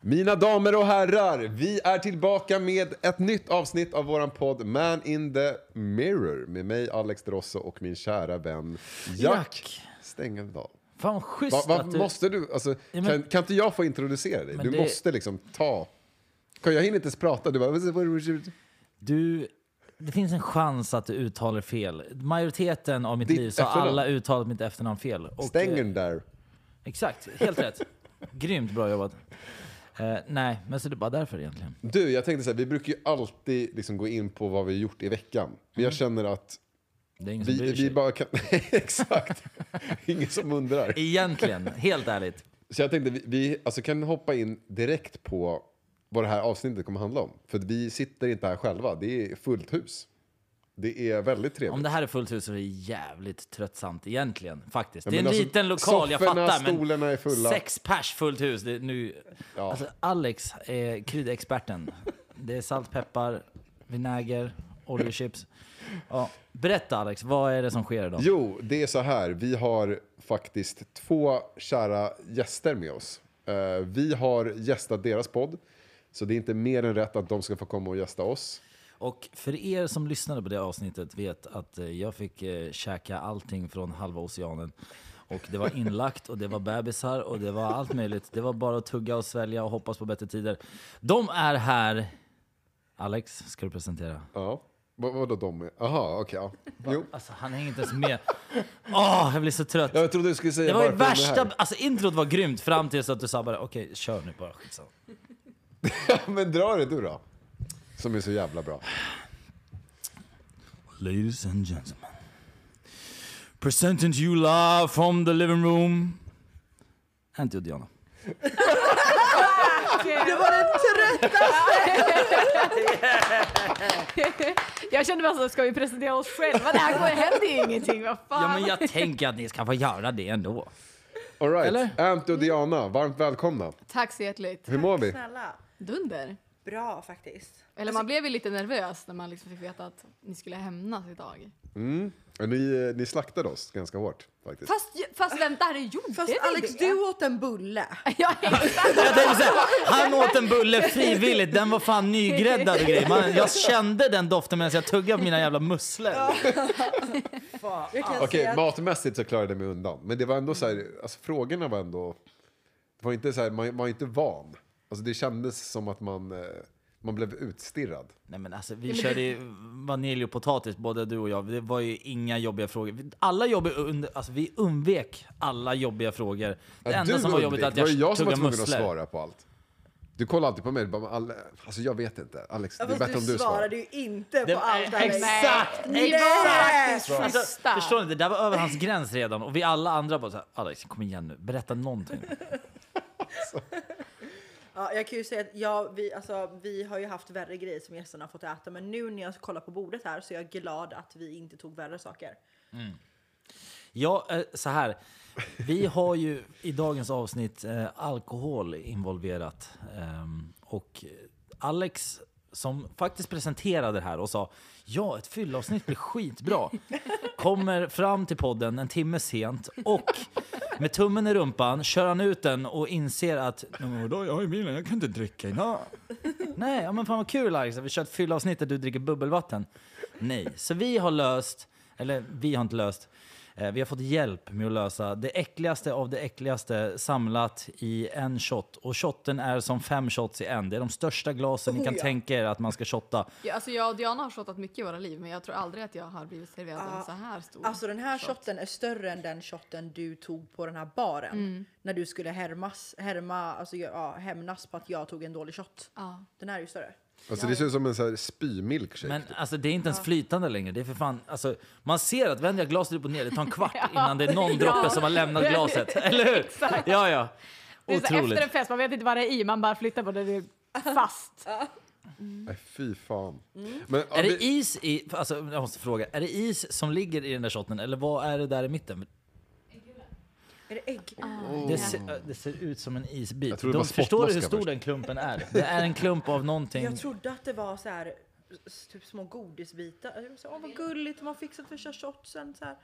Mina damer och herrar, vi är tillbaka med ett nytt avsnitt av våran podd Man in the Mirror med mig Alex Drosso och min kära vän Jack, Jack. Stängeldahl. Fan vad schysst Va, va, att du... Måste du, alltså, men- kan, kan inte jag få introducera dig? Men Du det- måste liksom ta... Kan jag hinner inte ens prata. Du bara... du... Det finns en chans att du uttalar fel. Majoriteten av mitt Ditt liv så har efternamn. alla uttalat mitt efternamn fel. Och, Stäng eh, den där. Exakt, helt rätt. Grymt bra jobbat. Eh, nej, men så det är bara därför egentligen. Du, jag tänkte så här, vi brukar ju alltid liksom gå in på vad vi gjort i veckan. Men jag känner att Mm. Det är ingen som vi, bryr sig. vi bara kan... Exakt. Ingen som undrar. Egentligen, helt ärligt. Så jag tänkte, vi, vi alltså kan hoppa in direkt på vad det här avsnittet kommer handla om. För att vi sitter inte här själva, det är fullt hus. Det är väldigt trevligt. Om det här är fullt hus så är det jävligt tröttsamt egentligen. Faktiskt. Ja, det är men en alltså, liten lokal, jag sofforna, fattar. Men stolarna är fulla. Sex pers fullt hus. Det är nu... Ja. Alltså, Alex är kryddexperten. Det är salt, peppar, vinäger, oljechips. Ja. Berätta Alex, vad är det som sker idag? Jo, det är så här, vi har faktiskt två kära gäster med oss. Eh, vi har gästat deras podd, så det är inte mer än rätt att de ska få komma och gästa oss. Och för er som lyssnade på det avsnittet vet att eh, jag fick eh, käka allting från halva oceanen. Och det var inlagt och det var bebisar och det var allt möjligt. Det var bara att tugga och svälja och hoppas på bättre tider. De är här. Alex, ska du presentera? Ja. Vad, vadå de? är? Aha, okej. ja. Jo. Alltså han hänger inte ens med. Åh, jag blir så trött. Ja, Jag trodde du skulle säga Det var ju varför de är här. värsta... Alltså introt var grymt fram tills att du sabbade. Okej, kör nu bara. Skitsamma. Men dra det du då. Som är så jävla bra. Ladies and gentlemen. Presenting to you live from the living room. Anty och Diana. Det var den tröttaste! jag kände bara så, ska vi presentera oss själva? Det här går, händer ju ingenting, vad fan? Ja, men jag tänker att ni ska få göra det ändå. All right. Eller? Ante och Diana, varmt välkomna. Tack så hjärtligt. Hur mår vi? Snälla. Dunder. Bra faktiskt. Eller man blev ju lite nervös när man liksom fick veta att ni skulle hämnas idag. Ja, Ni, ni slaktade oss ganska hårt faktiskt. Fast, ju- fast vänta, här är gjort Fast det Alex, du åt en bulle. Ja, exakt. Jag tänkte så här, han åt en bulle frivilligt. Den var fan nygräddad och grejer. Man, jag kände den doften medan jag tuggade på mina jävla musslor. Jag kan Okej, säga att- matmässigt så klarade jag mig undan. Men det var ändå så här, alltså frågorna var ändå... Det var inte så här, man man var inte van. Alltså det kändes som att man, eh, man blev utstirrad. Nej men alltså vi körde ju vanilj och potatis både du och jag. Det var ju inga jobbiga frågor. Alla jobbiga under, alltså vi undvek alla jobbiga frågor. Det Ja, enda du som var jobbigt är undvek. att Det var jag, ju jag som var tuggade tvungen att musslor. svara på allt. Du kollade alltid på mig. du Bara, "Alle- alltså jag vet inte. Alex, Ja, det är fast bättre om du du svarar. svarade ju inte Det på var- allt Alex. exakt! Ni var Nej! faktiskt schyssta. Förstår ni? Det där var över hans gräns redan. Och vi alla andra bara såhär, Alex kom igen nu, berätta någonting. Ja, jag kan ju säga att ja, vi, alltså, vi har ju haft värre grejer som gästerna har fått äta men nu när jag kollar på bordet här så är jag glad att vi inte tog värre saker. Ja, eh, så här. Vi har ju i dagens avsnitt eh, alkohol involverat. Ehm, och Alex som faktiskt presenterade det här och sa ja, ett fyllavsnitt blir skitbra. Kommer fram till podden en timme sent och med tummen i rumpan kör han ut den och inser att "Ja, men vadå, jag har ju bilen, jag kan inte dricka idag. Nej, ja, men fan vad kul Alex, vi kör ett fyllavsnitt där du dricker bubbelvatten. Nej, så vi har löst, eller vi har inte löst, eh, vi har fått hjälp med att lösa det äckligaste av det äckligaste samlat i en shot. Och shotten är som fem shots i en. Det är de största glasen ni kan Oh, ja. tänka er att man ska shotta. Ja, alltså jag och Diana har shottat mycket i våra liv, men jag tror aldrig att jag har blivit serverad en så här stor. Alltså den här shotten är större än den shotten du tog på den här baren. När du skulle härmas, härma, alltså, ja, hämnas på att jag tog en dålig shot. Ja. Den här är ju större. Alltså det ser ut som en så här spymilkshake. Men alltså, det är inte ens flytande längre. Det är för fan, alltså, man ser att vänder jag glaset upp och ner, det tar en kvart innan det är någon droppe som har lämnat glaset. Eller hur? Ja, ja. det är så här, Otroligt. efter en fest, man vet inte vad det är i, man bara flyttar på det, det är fast. Nej, fy fan. Mm. Men, ja, Är vi- det is i, alltså jag måste fråga, är det is som ligger i den där shotten eller vad är det där i mitten? Är det ägg? Det ser, det ser ut som en isbit. Oh. Jag tror det De var förstår du hur spottloska stor först. den klumpen är? Det är en klump av någonting. Jag trodde att det var så här s- typ små godisbitar. Jag var Så, här, Åh vad gulligt, de har fixat för shotsen så här.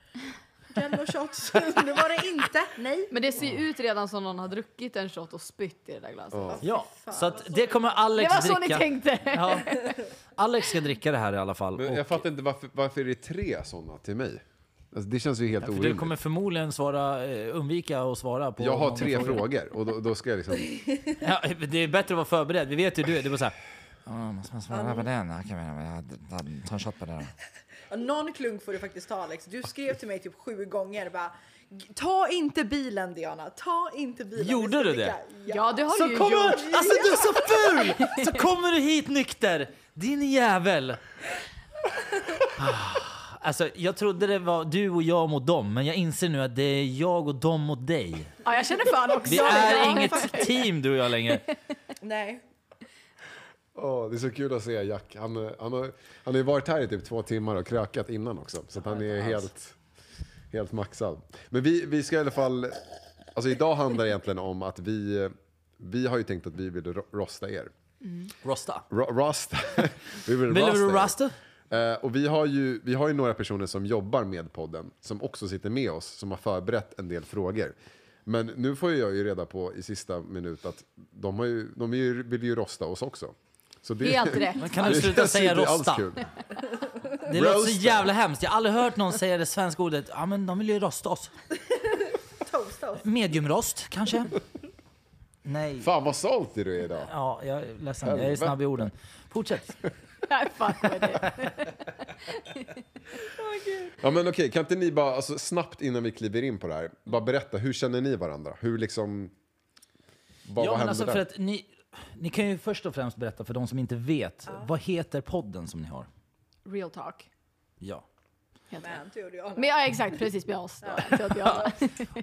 Jello shots. det var det inte. Nej. Men det ser ju ut redan som någon har druckit en shot och spytt i det där glaset. Alltså, Ja, Fan, så att det kommer Alex Det var så dricka. ni tänkte. Ja. Alex ska dricka det här i alla fall. Men jag Och, fattar inte varför, varför är det tre sådana till mig? Alltså, det känns ju helt för du orimligt. kommer förmodligen svara, eh, undvika att svara på... Jag har många tre frågor och då, då ska jag liksom... Ja, det är bättre att vara förberedd. Vi vet ju du är. Det var så här... "Ja, Måste man svara på den? Ja, kan vi- ja, Ta en shot på det då. Ja, Någon klunk får du faktiskt ta Alex. Du skrev till mig typ sju gånger bara ta inte bilen Diana, ta inte bilen. Vi Gjorde ska du dricka." Ja. Ja, det har Så du ju kommer, gjort. alltså du är så ful! Så kommer du hit nykter, din jävel! Ah, Alltså, jag trodde det var du och jag mot dem, men jag inser nu att det är jag och dem mot dig. Ja, jag känner fan också. Vi är inget team du och jag längre. Nej. Åh, det är så kul att se Jack. Han, eh, han, har, han har ju varit här i typ två timmar och krökat innan också. Så att han är helt, helt maxad. Men vi, vi ska i alla fall... Alltså idag handlar det egentligen om att vi... Vi har ju tänkt att vi vill ro- rosta er. Rosta. Ro- Rosta. vi vill Vill du er. rosta? Eh, och vi har, ju, vi har ju några personer som jobbar med podden som också sitter med oss som har förberett en del frågor. Men nu får jag ju reda på i sista minut att de, har ju, de är ju, vill ju rosta oss också. Så det, Helt rätt. Men kan du det sluta känns ju säga inte alls rosta? kul. Det låter så Roaster. jävla hemskt. Jag har aldrig hört någon säga det svenska ordet. Ja, men de vill ju rosta oss. Toasta oss. Mediumrost, kanske? Nej. Fan vad saltig du är idag. Ja, jag är ledsen. Jag är snabb i orden. Fortsätt. Nej, fan vad det. Ja, men okej, kan inte ni bara alltså, snabbt innan vi kliver in på det här, bara berätta hur känner ni varandra? Hur liksom... Vad, ja, vad men hände alltså där? för att ni, ni kan ju först och främst berätta för de som inte vet. Vad heter podden som ni har? Real talk. Ja. Helt rätt. Men, tur Diana. Men ja, exakt, precis med oss då. Så att jag,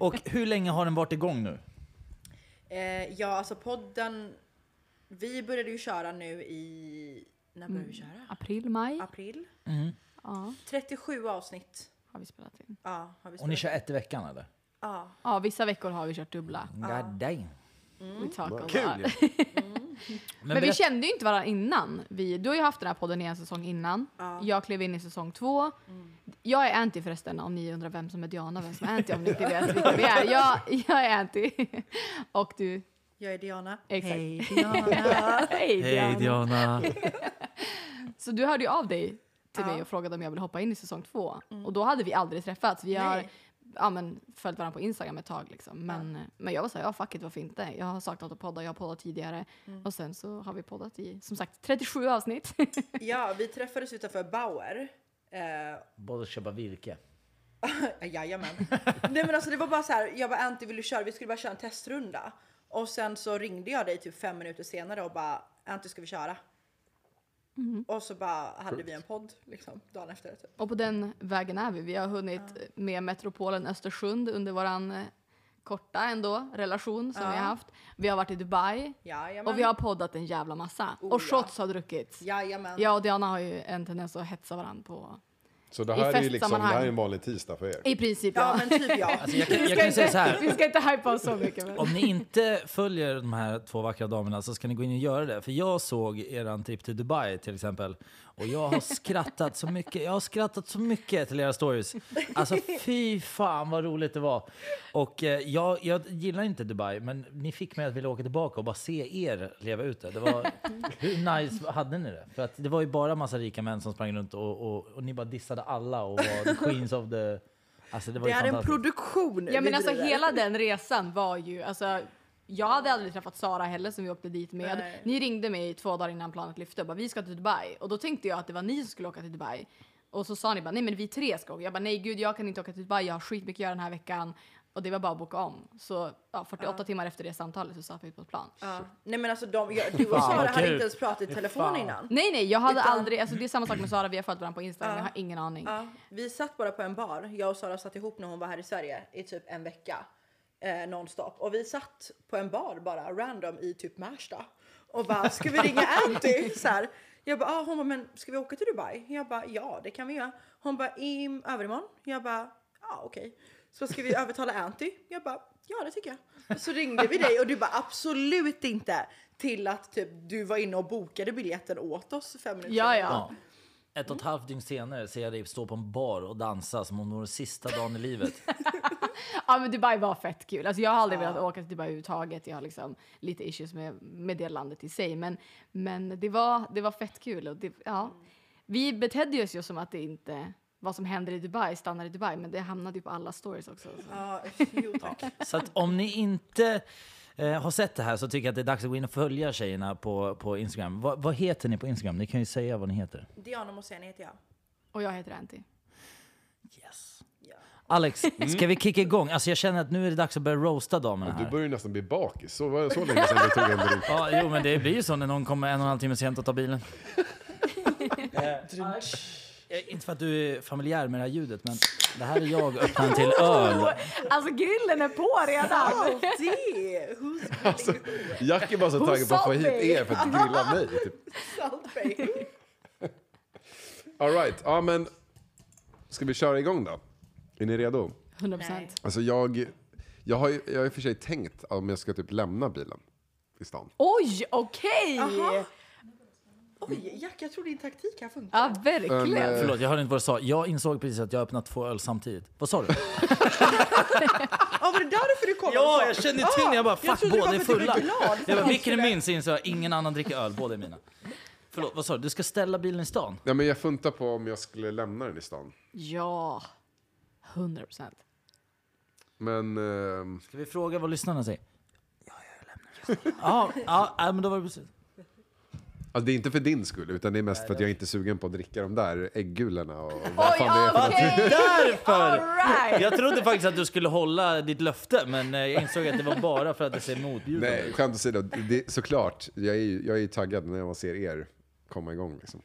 Och hur länge har den varit igång nu? Eh, ja, alltså podden. Vi började ju köra nu i... När började vi Mm. köra? april, maj April. ja, 37 avsnitt. har vi spelat in. Ja, har vi Och ni spelat. kör ett i veckan eller? Ja. Ja, vissa veckor har vi kört dubbla. God damn. We talk a Kul lot. ju. Men, Men vi berätt- kände ju inte varandra innan. Vi, du har ju haft den här podden i en säsong innan. Jag klev in i säsong två. Jag är anti förresten, om ni undrar vem som är Diana och vem som är anti. Om ni inte vet vilka vi är. Jag, jag är anti. Och du, Jag är Diana. exakt. Hej Diana. Hej, Hej Diana. Så du hörde ju av dig till Ja. mig och frågade om jag ville hoppa in i säsong två. Och då hade vi aldrig träffats. Vi har Nej. ja, men, följt varandra på Instagram ett tag. Liksom. Men, men jag var så här, ja fuck it, varför inte? Jag har saknat att podda, jag har poddat tidigare. Och sen så har vi poddat i, som sagt, 37 avsnitt. ja, vi träffades utanför Bauer. Eh, Både köpa virke. Ja, Jajamän. Nej men alltså det var bara så här, jag bara Antti vill du köra? Vi skulle bara köra en testrunda. Och sen så ringde jag dig typ fem minuter senare och bara Antti ska vi köra? Mm. Och så bara hade vi en podd liksom dagen efter. Typ. och på den vägen är vi. Vi har hunnit med metropolen Östersund under våran eh, korta ändå relation som vi har haft. Vi har varit i Dubai. Jajamän. Oh, Och vi har poddat en jävla massa. och ja. shots har druckits. Jajamän. Jag och Diana har ju en tendens att hetsa varandra på... Så det I här är ju liksom, det festsammanhang. här är en vanlig tisdag för er. I princip Ja men typ ja. Alltså, jag, kan- jag kan ju säga så här. Vi ska inte hypa oss så mycket. Men. Om ni inte följer de här två vackra damerna så ska ni gå in och göra det. För jag såg eran trip till Dubai till exempel. Och jag har skrattat så mycket. Jag har skrattat så mycket till era stories. Alltså fy fan vad roligt det var. Och eh, jag, jag gillar inte Dubai men ni fick mig att vilja åka tillbaka och bara se er leva ut det. det var, hur nice hade ni det? För att det var ju bara massa rika män som sprang runt och, och, och ni bara dissade alla och var the queens of the... Alltså det var Det ju är en fantastiskt. produktion. Ja, vi men alltså, driver. hela den resan var ju... Alltså, jag hade aldrig träffat Sara heller som vi åkte dit med. Nej. Ni ringde mig två dagar innan planet lyfte och bara vi ska till Dubai. Och då tänkte jag att det var ni som skulle åka till Dubai. Och så sa ni bara nej men vi tre ska åka. Jag bara nej gud jag kan inte åka till Dubai, jag har skitmycket att göra den här veckan. Och det var bara att boka om. Så ja, 48 timmar efter det samtalet så satt vi på ett plan. Ja. Nej men alltså de, jag, du och Fan, vad Sara hade kul. inte ens pratat i telefon Fan. innan. Nej nej jag hade Utan- aldrig, alltså det är samma sak med Sara, vi har följt varandra på Instagram, jag har ingen aning. Ja, vi satt bara på en bar. Jag och Sara satt ihop när hon var här i Sverige i typ en vecka eh, nonstop. Och vi satt på en bar bara random i typ Märsta och bara ska vi ringa Anty? Så här. Jag bara, ah, hon bara, men ska vi åka till Dubai? Jag bara, ja det kan vi göra. Hon bara, i övermorgon? Jag bara, ja ah, okej. Så ska vi övertala Anty? Jag bara, ja det tycker jag. Så ringde vi dig och du bara absolut inte. Till att typ du var inne och bokade biljetten åt oss fem minuter Ja, senare. ja. Ett och ett halvt dygn senare ser jag dig stå på en bar och dansa som om det var den sista dagen i livet. Ja men Dubai var fett kul. Alltså jag har aldrig velat åka till Dubai överhuvudtaget. Jag har liksom lite issues med, med det landet i sig. Men, men det, var, det var fett kul. Och det, ja. Vi betedde oss ju som att det inte, vad som händer i Dubai stannar i Dubai. Men det hamnade ju på alla stories också. Så. Ja, jo tack. Så att om ni inte eh, har sett det här så tycker jag att det är dags att gå in och följa tjejerna på, på Instagram. Va, vad heter ni på Instagram? Ni kan ju säga vad ni heter. Diana Mosén heter jag. Och jag heter Antti. Yes. Ja. Alex, ska vi kicka igång? Alltså jag känner att nu är det dags att börja roasta damerna Du här. börjar ju nästan bli bakis. Så, var- så länge sedan du tog en drink. Ja, jo men det blir ju så när någon kommer en och en halv timme sent och tar bilen. Eh, Inte för att du är familjär med det här ljudet, men det här är jag öppnaren till öl. Alltså grillen är på redan! Alltid! Who's Alltså, Jack är bara så Hon taggad på att få sa hit mig. er för att grilla mig. Typ. salt baby? All right. Ja, men ska vi köra igång då? Är ni redo? 100%. Nej. Alltså jag, jag har ju jag har i och för sig tänkt om jag ska typ lämna bilen i stan. Oj, okej! Jaha. Oj, Jack, jag tror din taktik här funkar. Ja, verkligen. Men, eh, Förlåt, jag hörde inte vad du sa. Jag insåg precis att jag öppnat två öl samtidigt. Vad sa du? Ja, var det därför du kollade? Ja, så? jag kände till när jag bara, jag fuck trodde det båda var är för att du fulla. blev glad. Jag bara, vilken är min? Så insåg jag, ingen annan dricker öl, båda är mina. Förlåt, vad sa du? Du ska ställa bilen i stan? Nej, men jag funtar på om jag skulle lämna den i stan. Ja, 100%. Men ehm, Ska vi fråga vad lyssnarna säger? Ja, jag lämnar. Ja, ja, ja, men då var det precis. alltså det är inte för din skull, utan det är mest för att jag är inte är sugen på att dricka de där äggulorna. Och, och vad Oj, fan det är för något. okej! Därför! Alright! Jag trodde faktiskt att du skulle hålla ditt löfte, men eh, jag insåg att det var bara för att det ser motbjudande Nej, ut. skämt åsido. Det, såklart, jag är, ju- jag är ju taggad när man ser er komma igång. Liksom.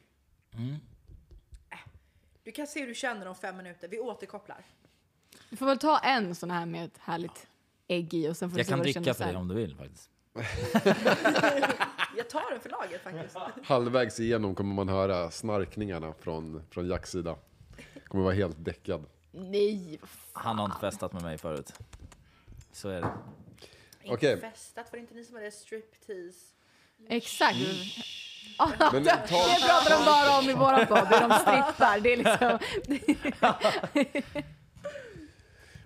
Du kan se hur du känner om fem minuter. Vi återkopplar. Du får väl ta en sån här med ett härligt ägg i och sen får du Jag se kan vad du känner dricka för sen. dig om du vill faktiskt. Jag tar den för laget faktiskt. Halvvägs igenom kommer man höra snarkningarna från, från Jacks sida. Kommer vara helt däckad. Nej, vad fan. Han har inte Ah. festat med mig förut. Så är det. Okej. Inte festat, var det inte ni som hade striptease? Exakt. Men Det ta, pratar de bara om i våran podd, hur de strippar. Det är liksom...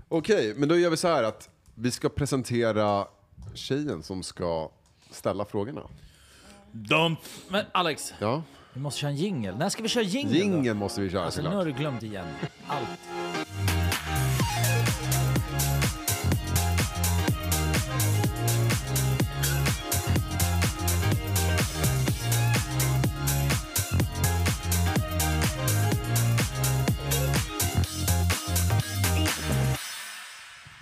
Okej, men då gör vi så här att vi ska presentera tjejen som ska ställa frågorna. Dumt! Men Alex, Ja, vi måste köra en jingel. När ska vi köra jingel? då? gingen måste vi köra Alltså, nu har såklart. du glömt igen allt.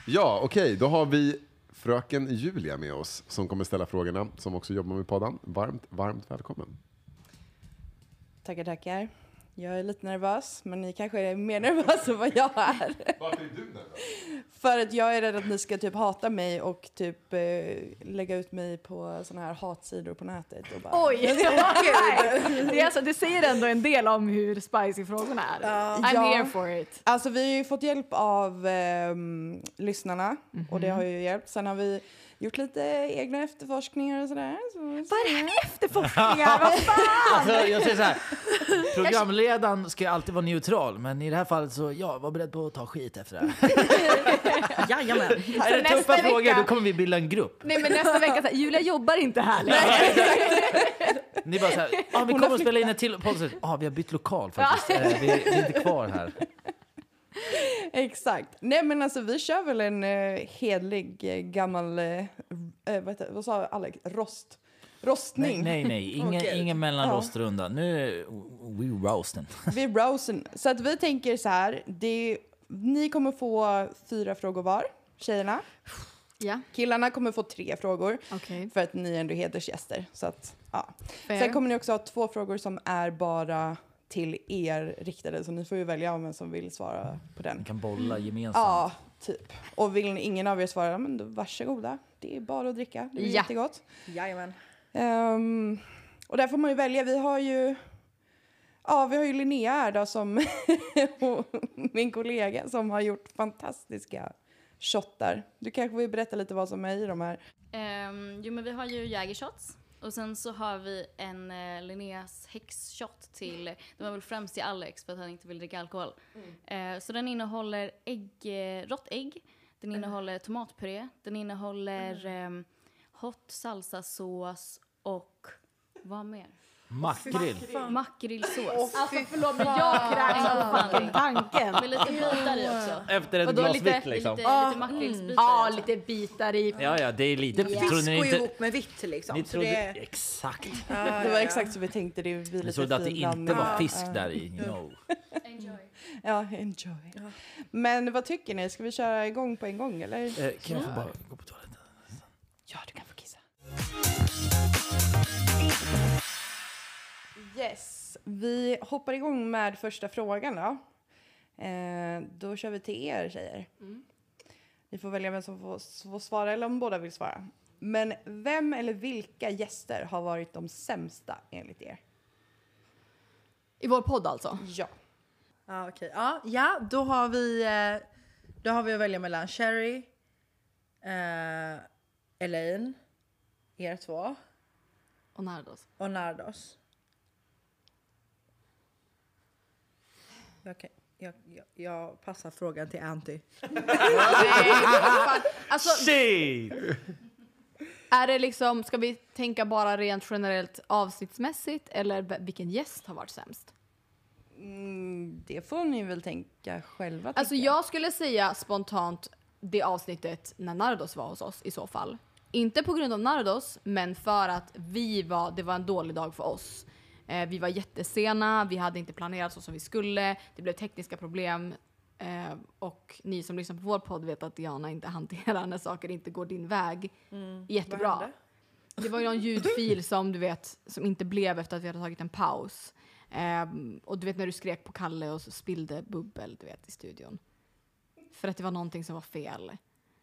Ja, okej, då har vi fröken Julia med oss som kommer ställa frågorna, som också jobbar med podden. Varmt, varmt välkommen. Tackar, tackar. Jag är lite nervös, men ni kanske är mer nervösa än vad jag är. Varför är du nervös? För att jag är rädd att ni ska typ hata mig och typ eh, lägga ut mig på såna här hatsidor på nätet. Och bara, Oj! Alright. Det, är alltså, det säger ändå en del om hur spicy frågorna är. I'm Ja. here for it. Alltså vi har ju fått hjälp av ehm, lyssnarna Mhm. och det har ju hjälpt. Sen har vi gjort lite egna efterforskningar och sådär. Så, Vad är det här efterforskningar? Vad fan? Alltså, jag säger så här. Programledaren ska ju alltid vara neutral, men i det här fallet så ja, var beredd på att ta skit efter det här. Jajamän! Är det nästa tuffa vecka- frågor, då kommer vi bilda en grupp. Nej men nästa vecka, så här, Julia jobbar inte här längre. Ni bara så här, ah, vi kommer att spela in ett till podd. Ah, vi har bytt lokal faktiskt. Eh, vi, vi är inte kvar här. exakt. Nej men alltså vi kör väl en eh, hedlig eh, gammal, eh, eh, vad, heter, vad sa Alex? Rost. Rostning. Nej, nej, nej. Ingen, Okej. ingen mellanrostrunda. Nu är we roasten. Vid browsen. Så att vi tänker så här. Det, ni kommer få fyra frågor var, tjejerna. Ja, Killarna kommer få tre frågor okej. för att ni är ändå hedersgäster. Så att, ja. Fair. Sen kommer ni också ha två frågor som är bara till er riktade. Så ni får ju välja vem som vill svara på Vi den. kan bolla gemensamt. Ja, typ. Och vill ingen av er svara, men då varsågoda. Det är bara att dricka. Det är Ja. jättegott. Jajamän. Ehm, och där får man ju välja. Vi har ju, ja, vi har ju Linnea här då som och min kollega som har gjort fantastiska shottar. Du kanske vill berätta lite vad som är i de här. Ehm, jo men vi har ju jägershots och Och sen så har vi en eh, Linneas häxshot till, det var väl främst till Alex för att han inte vill dricka alkohol. Mm. Eh, så den innehåller ägg, eh, rått ägg, den Mm. innehåller tomatpuré, den innehåller eh, hot salsasås och vad mer? Mm. Makrill. Makrillsås. Alltså förlåt men jag kräks av fucking tanken. Med lite bitar i också. Efter ett Vadå, glas lite- vitt liksom. Lite, lite makrillsbitar Ah, mm. Ja, i också. lite bitar i. Ja, ja, det är lite... Trodde Fisk ni går ju inte... ihop med vitt liksom. Ni så trodde... det, Exakt. Det var exakt så vi tänkte. Det vi Ni lite trodde att det finland- inte var Ja, fisk ja. där i, you know. Enjoy. Ja, enjoy. Men vad tycker ni? Ska vi köra igång på en gång eller? Eh, kan jag få bara gå på toaletten? Ja, du kan få kissa. Yes, vi hoppar igång med första frågan då. Eh, då kör vi till er tjejer. Ni får välja vem som får, s- får svara eller om båda vill svara. Men vem eller vilka gäster har varit de sämsta enligt er? I vår podd alltså? Ja. ja, okej. ja, ja, då har vi eh, då har vi att välja mellan Sherry, eh, Elaine, er två Och Nardos. och Nardos. Jag, kan, jag, jag, jag passar frågan till Anty. Alltså, Shit! är det liksom, ska vi tänka bara rent generellt avsnittsmässigt eller v- vilken gäst har varit sämst? Mm, det får ni väl tänka själva. Alltså tycker jag skulle säga spontant det avsnittet när Nardos var hos oss i så fall. Inte på grund av Nardos, men för att vi var, det var en dålig dag för oss. Eh, vi var jättesena, vi hade inte planerat så som vi skulle, det blev tekniska problem. Eh, och ni som lyssnar på vår podd vet att Diana inte hanterar när saker inte går din väg jättebra. Vad hände? Det var ju någon ljudfil som du vet, som inte blev efter att vi hade tagit en paus. Ehm, och du vet när du skrek på Kalle och så spillde bubbel, du vet, i studion. För att det var någonting som var fel.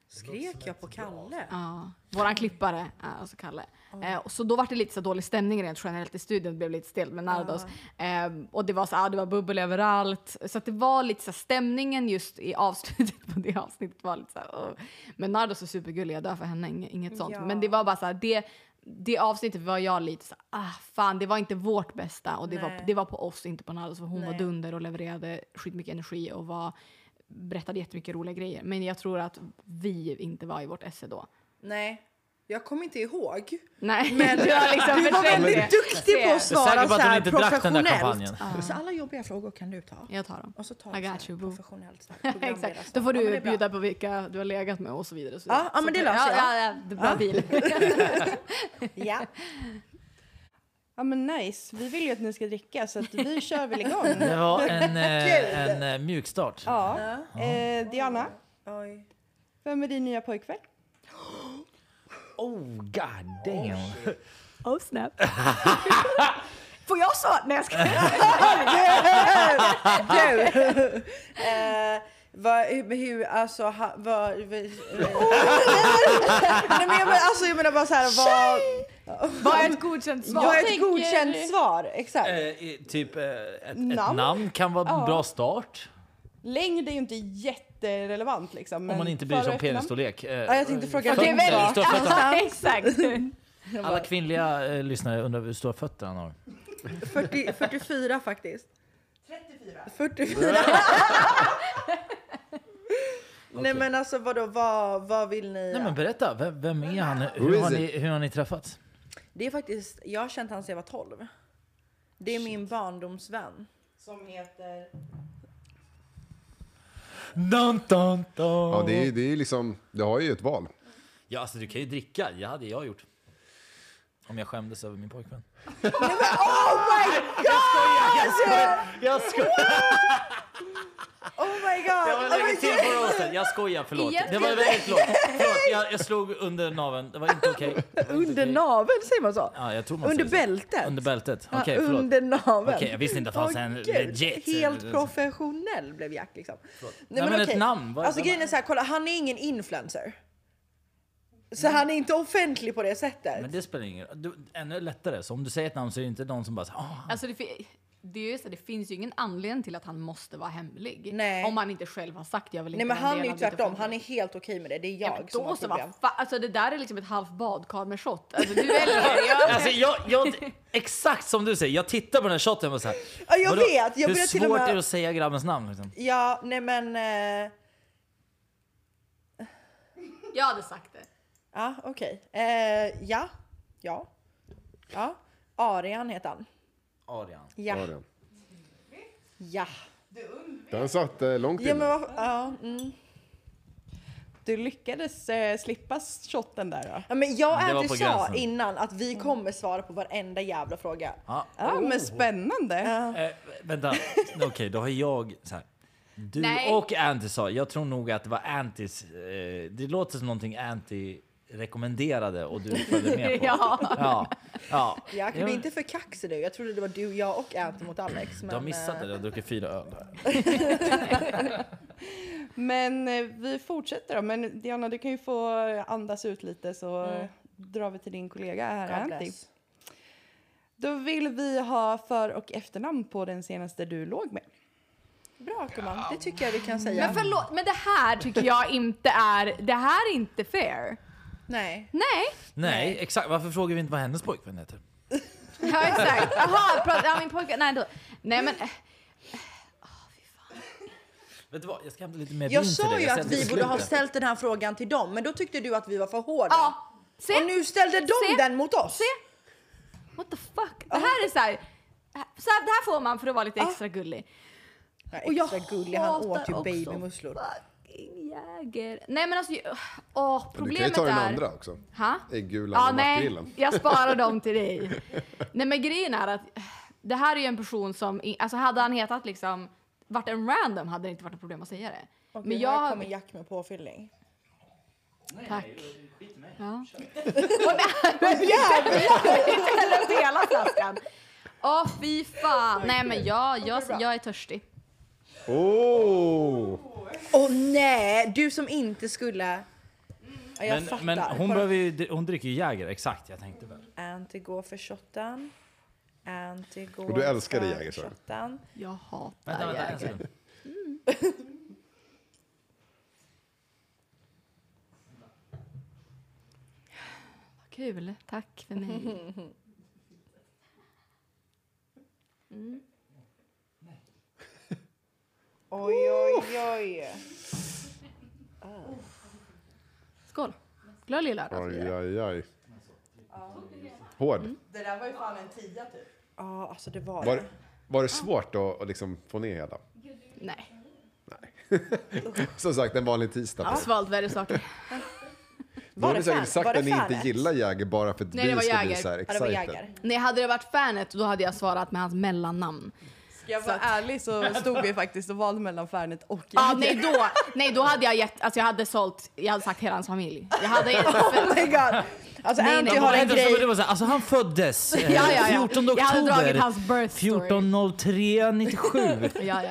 Skrek jag på Kalle? Ja. Våran klippare, ja, alltså Kalle. Eh, och så då var det lite så dålig stämning rent generellt i studion. Det blev lite stelt med Nardos. Ehm, och det var så ah, det var bubbel överallt. Så att det var lite så här, stämningen just i avslutet på det avsnittet var lite så här, "Åh." Men Nardos är supergullig, jag dör för henne, ing- inget sånt. Ja. Men det var bara så här, det, det avsnittet var jag lite så här, ah fan det var inte vårt bästa. Och det, var, Nej. det var på oss, inte på Nardos. För hon var Nej. dunder och levererade skitmycket energi och var berättade jättemycket roliga grejer. Men jag tror att vi inte var i vårt esse då. Nej, jag kommer inte ihåg. Nej, men du har liksom Du var förträngt väldigt det. duktig på att Jag är säker svara på så att hon här inte drack den där kampanjen. professionellt. Så alla jobbiga frågor kan du ta. Jag tar dem. Och så tar I du så got här you, boo. professionellt. så här programledarsvar. Exakt. Då får Ja, men du det är bra. bjuda på vilka du har legat med och så vidare. och Så Ja, vidare. ja, Så men det kan- löser ja, ja, ja, Bra bil. Ja. Ja men nice, vi vill ju att ni ska dricka så att vi kör väl igång. Det var en, eh, en eh, mjuk start. Ja. Eh, Diana, Oj. vem är din nya pojkvän? Oh god damn. oh snap. Får jag så? Nej jag ska. Du! eh, vad, hur, hur, alltså, ha, vad... vad- Oh! Nej, men jag, menar, alltså, jag menar bara så här, vad, Vad är ett godkänt svar? vad är ett tänker- godkänt svar? Exakt. Eh, i- typ eh, ett, ett Namn? namn kan vara en Ja. bra start. Längd är ju inte jätterelevant liksom. Om men man inte bryr sig före om och efternamn? penisstorlek. Eh, Ja, jag tänkte fråga Okej, dig. välj. vad- Största fötterna. Ja, Exakt. Alla kvinnliga eh, lyssnare undrar hur stora fötter han har. 40, 44 faktiskt. 34. 44. Nej men alltså vadå, vad, vad vill ni? Nej, men berätta, vem, vem är han? Who Hur is har, ni, hur har ni träffats? Det är faktiskt, jag har känt han sedan jag var 12. Det är min barndomsvän. Som heter... Dun, dun, dun. Ja, det är, det är liksom, du har ju ett val. Ja, alltså du kan ju dricka. Det hade jag gjort. Om jag skämdes över min pojkvän. oh Jag skojar! Oh my Jag var god! länge till på roasten. Jag skojar, förlåt. Det var väldigt långt. Förlåt, jag, jag slog under naveln. Det var inte okej. Det var inte Under okej. naveln säger man så? Ja, jag tror man Under säger så. bältet? Under bältet. Ja, Okej, förlåt. under naveln. Okej, jag visste inte att det fanns Åh, en gud. legit- Helt professionell blev Jack liksom. Nej, men ett okej. namn, vad- Alltså vad- grejen är så här, kolla han är ingen influencer. Så han är inte offentlig på det sättet. Men det spelar ingen roll. Du- Ännu lättare. Så om du säger ett namn så är det inte någon som bara... så här, "Ah, Alltså, det, fi- det, är ju så, det finns ju ingen anledning till att han måste vara hemlig. Nej. Om han inte själv har sagt jag vill inte Nej men vara en han är del ju av ditt tvärtom, offentliga." han är helt okej med det. Det är Ja, jag men som då har så, vad problem. fa- alltså det där är liksom ett halvt badkamershot. Alltså du väljer. Jag, Alltså, jag, jag, exakt som du säger, jag tittar på den här shoten och bara så här, Ja, jag vadå, vet, jag Hur börjar svårt till och med- är det att säga grabbens namn? Liksom? Ja, nej men... eh, jag hade sagt det. Ja, okej. Eh, ja. Ja. Ja. Arian heter han. Arian. Ja. Var den. Ja. Den satt eh, långt Ja, inne. men vad... Ja, mm. Du lyckades eh, slippa shotten där då? ja, men jag och Det var Andy på sa gränsen. innan att vi kommer svara på varenda jävla fråga. Ja. Ja, men spännande. Eh, vänta, okej då har jag så här. Du Nej. och Anty sa, jag tror nog att det var Antys, eh, det låter som någonting Anty rekommenderade och du följde med på. Ja. ja. ja. Jag Ja, kan bli inte för kaxig nu. Jag trodde det var du, jag och Anty mot Alex. Men, Du har missat eh, det, du har druckit fyra öl. Men eh, vi fortsätter då. Men Diana, du kan ju få andas ut lite så eh, drar vi till din kollega här, typ. God Antti. bless. Då vill vi ha för och efternamn på den senaste du låg med. Bra gumman, det tycker jag vi kan säga. Men förlåt, men det här tycker jag inte är, det här är inte fair. Nej. Nej, Nej, exakt. Varför frågar vi inte vad hennes pojkvän heter? ja exakt. Jaha, pratar ja, min pojke, nej då. Nej men, äh. Vet du vad, jag ska hämta lite mer Jag vin till sa dig. ju Jag att sätter vi i borde ha slutet. ställt den här frågan till dem, men då tyckte du att vi var för hårda. ja. Se, Och nu ställde de Se. den mot oss. se. What the fuck? Det här är så här, så här, det här får man för att vara lite extra gullig. Nej, Och jag extra gullig, han åt ju hatar också. babymusslor. Fucking Jäger. Nej men alltså, åh, Men du kan ju problemet ta den är... andra också. Ha? Äggulan Ja, och nej, makrillen. jag sparar dem till dig. nej, men grejen är att äh, det här är ju en person som, i- alltså hade han hetat liksom, varit en random hade det inte varit ett problem att säga det. Okej, men här jag, kommer Jack med påfyllning. tack. Ja. Och nej, men inte heller hela flaskan. Åh fy fan. Nej men jag, jag, jag är törstig. Åh! Åh nej, du som inte skulle... Ja, jag fattar. Men, men hon, Kolla. behöver ju, hon dricker ju Jäger, exakt. Jag tänkte väl. Anty går för shotten. Anty går Och du älskade för Jäger, sa du? shotten. Jag hatar Vänta, vänta, en Jäger. sekund. Kul, tack för mig. Mm. Oj, oj, oj. Skål. Glad lill lördag. Alltså, Aj, aj, aj. Hård. Mm. Det där var ju fan en tia typ. Ja, alltså det var Var, det. var det svårt att, att liksom få ner hela? Nej, Som sagt, en vanlig tisdag. jag har svalt alltså, värre saker. Då har det ni säkert fan- sagt var det att ni inte fanet? gillar Jäger bara för att Nej, det vi var ska bli Jäger. så här Ja, det var excited. Jäger. Nej, hade det varit Fanet då hade jag svarat med hans mellannamn. Ska jag vara ärlig så stod vi faktiskt och valde mellan Färnet och Ja, Ah, nej, då, nej, då hade jag gett, alltså jag hade sålt, jag hade sagt hela hans familj. Jag hade, Oh my god. Alltså Nej, Anty nej, har Det en var så- det grej. var så här, alltså han föddes eh, Ja, ja, ja. 14 Jag hade dragit hans oktober birth story. 1403 97. ja, ja, ja.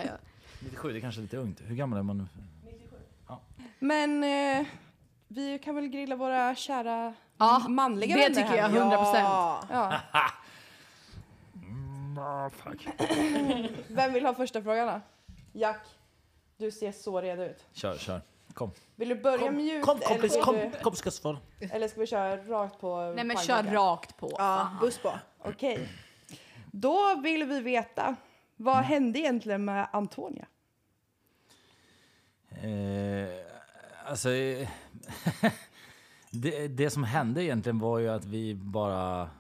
97, det kanske är lite ungt. Hur gammal är man nu? Men eh, vi kan väl grilla våra kära Ja, manliga det vänner tycker här. jag. 100%. Ja. Ja. Vem vill ha första frågan då? Jack, du ser så redo ut. Kör, kör. Kom. Vill du börja mjukt Kom kompis, eller, kom, vill kom ska jag svara. Du, eller ska vi köra rakt på? Nej men kör pannkakan? rakt på. ja, buss på. Okej. Då vill vi veta, vad hände egentligen med Antonia? Eh, alltså... eh, det, det som hände egentligen var ju att vi bara...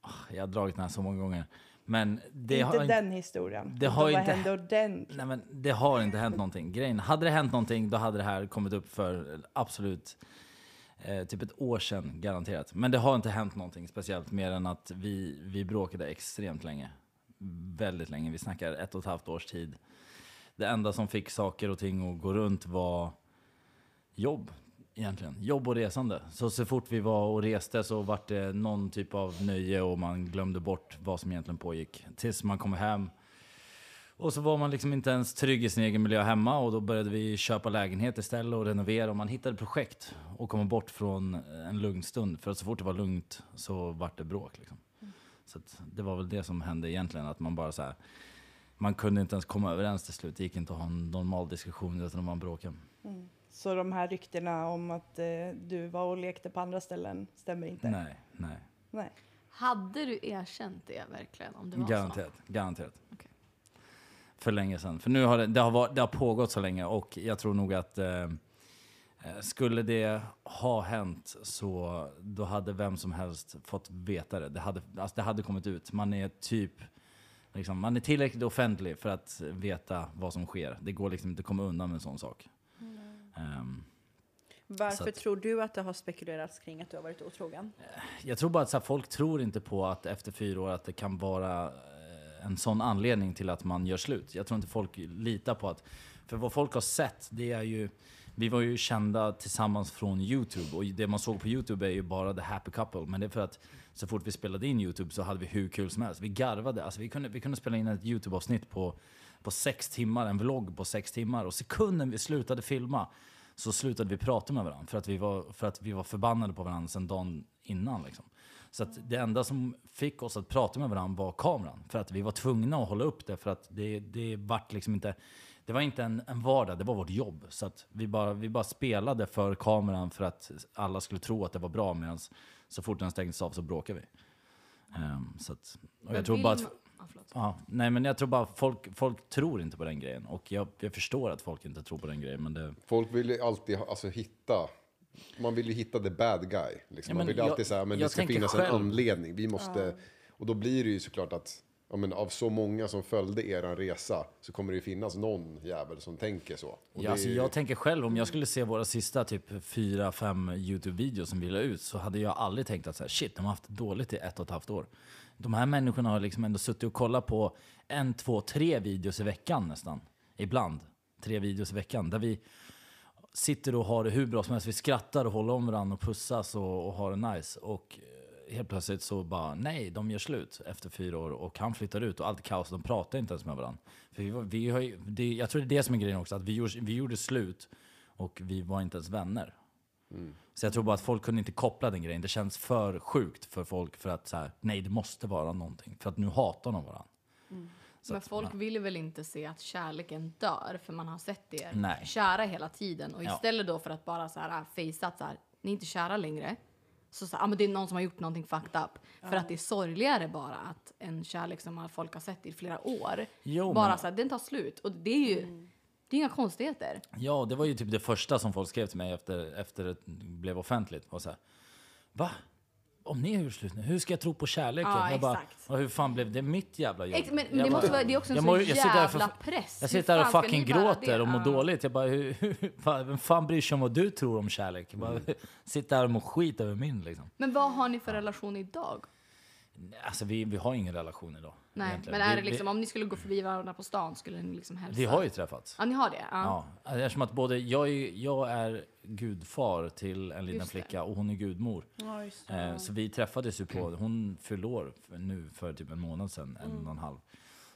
Ah, jag har dragit den här så många gånger. Men det har inte inte- den historien. det har utan vad inte- hände ordentligt? Nej, men det har inte hänt någonting. Grejen, hade det hänt någonting då hade det här kommit upp för absolut eh, typ ett år sedan garanterat. Men det har inte hänt någonting speciellt mer än att vi, vi bråkade extremt länge. Väldigt länge. Vi snackar ett och ett halvt års tid. Det enda som fick saker och ting att gå runt var jobb egentligen. Jobb och resande. Så så fort vi var och reste så var det någon typ av nöje och man glömde bort vad som egentligen pågick. Tills man kom hem och så var man liksom inte ens trygg i sin egen miljö hemma och då började vi köpa lägenhet istället och renovera och man hittade projekt och komma bort från en lugn stund. För att så fort det var lugnt så vart det bråk liksom. Så att det var väl det som hände egentligen, att man bara så här, man kunde inte ens komma överens till slut. Det gick inte att ha en normal diskussion utan man bråkade. Så de här ryktena om att eh, du var och lekte på andra ställen stämmer inte? Nej, nej. Nej. Hade du erkänt det verkligen om det var Garanterat. Garanterat. Okej. För länge sedan. För nu har det, det, har varit, det har pågått så länge och jag tror nog att eh, eh, skulle det ha hänt så då hade vem som helst fått veta det. Det hade, alltså det hade kommit ut. Man är typ liksom, man är tillräckligt offentlig för att veta vad som sker. Det går liksom inte att komma undan med en sån sak. Ehm, Varför Så att- tror du att det har spekulerats kring att du har varit otrogen? Jag tror bara att så här, folk tror inte på att efter fyra år att det kan vara eh, en sån anledning till att man gör slut. Jag tror inte folk litar på att... För vad folk har sett, det är ju... Vi var ju kända tillsammans från Youtube och det man såg på Youtube är ju bara the happy couple. Men det är för att så fort vi spelade in Youtube så hade vi hur kul som helst. Vi garvade. Alltså vi, kunde, vi kunde spela in ett Youtube-avsnitt på, på sex timmar, en vlogg på sex timmar. Och sekunden vi slutade filma så slutade vi prata med varandra för att vi var, för att vi var förbannade på varandra sedan dagen innan. Liksom. Så att det enda som fick oss att prata med varandra var kameran. För att vi var tvungna att hålla upp det för att det, det vart liksom inte... Det var inte en, en vardag, det var vårt jobb. Så att vi bara, vi bara spelade för kameran för att alla skulle tro att det var bra medan så fort den stängdes av så bråkade vi. Ehm, så att, och jag tror bara att, ja, nej men jag tror bara folk, folk tror inte på den grejen. Och jag, jag förstår att folk inte tror på den grejen men det... Folk vill ju alltid ha- alltså, hitta... Man vill ju hitta the bad guy. Liksom. Ja, man men vill ju jag- alltid säga men det jag ska tänker finnas en själv. anledning. Vi måste... Och då blir det ju såklart att ja, men, av så många som följde er resa så kommer det ju finnas någon jävel som tänker så. Och det Ja, alltså är ju- jag tänker själv, om jag skulle se våra sista typ fyra fem Youtube-videos som vi la ut så hade jag aldrig tänkt att så här, shit, de har haft det dåligt i ett och ett halvt år. De här människorna har liksom ändå suttit och kollat på en, två, tre videos i veckan nästan. Ibland. Tre videos i veckan. Där vi sitter och har det hur bra som helst. Vi skrattar och håller om varandra och pussas och, och har det nice. Och eh, helt plötsligt så bara, nej, de gör slut efter fyra år och han flyttar ut och allt kaos. De pratar inte ens med varandra. För vi var, vi har ju, det, jag tror det är det som är grejen också, att vi gjorde, vi gjorde slut och vi var inte ens vänner. Så jag tror bara att folk kunde inte koppla den grejen. Det känns för sjukt för folk för att så här, nej, det måste vara någonting. För att nu hatar de varandra. Så Men att- folk vill väl inte se att kärleken dör för man har sett er Nej. kära hela tiden och Ja. istället då för att bara så här fejsa att så här, ni är inte kära längre så så här, ah, men det är någon som har gjort någonting fucked up för att det är sorgligare bara att en kärlek som har- folk har sett i flera år Jo, bara men- så här, den tar slut och det är ju det är inga konstigheter. Ja, det var ju typ det första som folk skrev till mig efter, efter det blev offentligt. Var så här, Va? Om ni är ur slut nu, hur ska jag tro på kärleken? Ja, jag bara, exakt. "Ja, hur fan blev det mitt jävla jobb? Ex- men Jag det, bara- måste vara, det är också en jag sån mår- jag sitter jävla här för- press. Jag Hur sitter här och fan ska fucking ni bära gråter det? och mår Ja. dåligt. Jag bara, hur, hur, fan, vem fan bryr sig om vad du tror om kärlek? Jag bara, sitter här och mår skit över min liksom. Men vad har ni för relation idag? Alltså vi, vi har ingen relation idag. Nej, egentligen. men är Vi- det liksom, om ni skulle gå förbi varandra på stan skulle ni liksom hälsa? vi, vi har ju träffats. Ja, ni har det? Ja. Ja, alltså, eftersom att både jag är, ju- jag är gudfar till en liten Just det. flicka och hon är gudmor. Ja, just det. Eh, så vi träffades ju på, hon fyllde år för- nu för typ en månad sedan, Mm. en och en halv.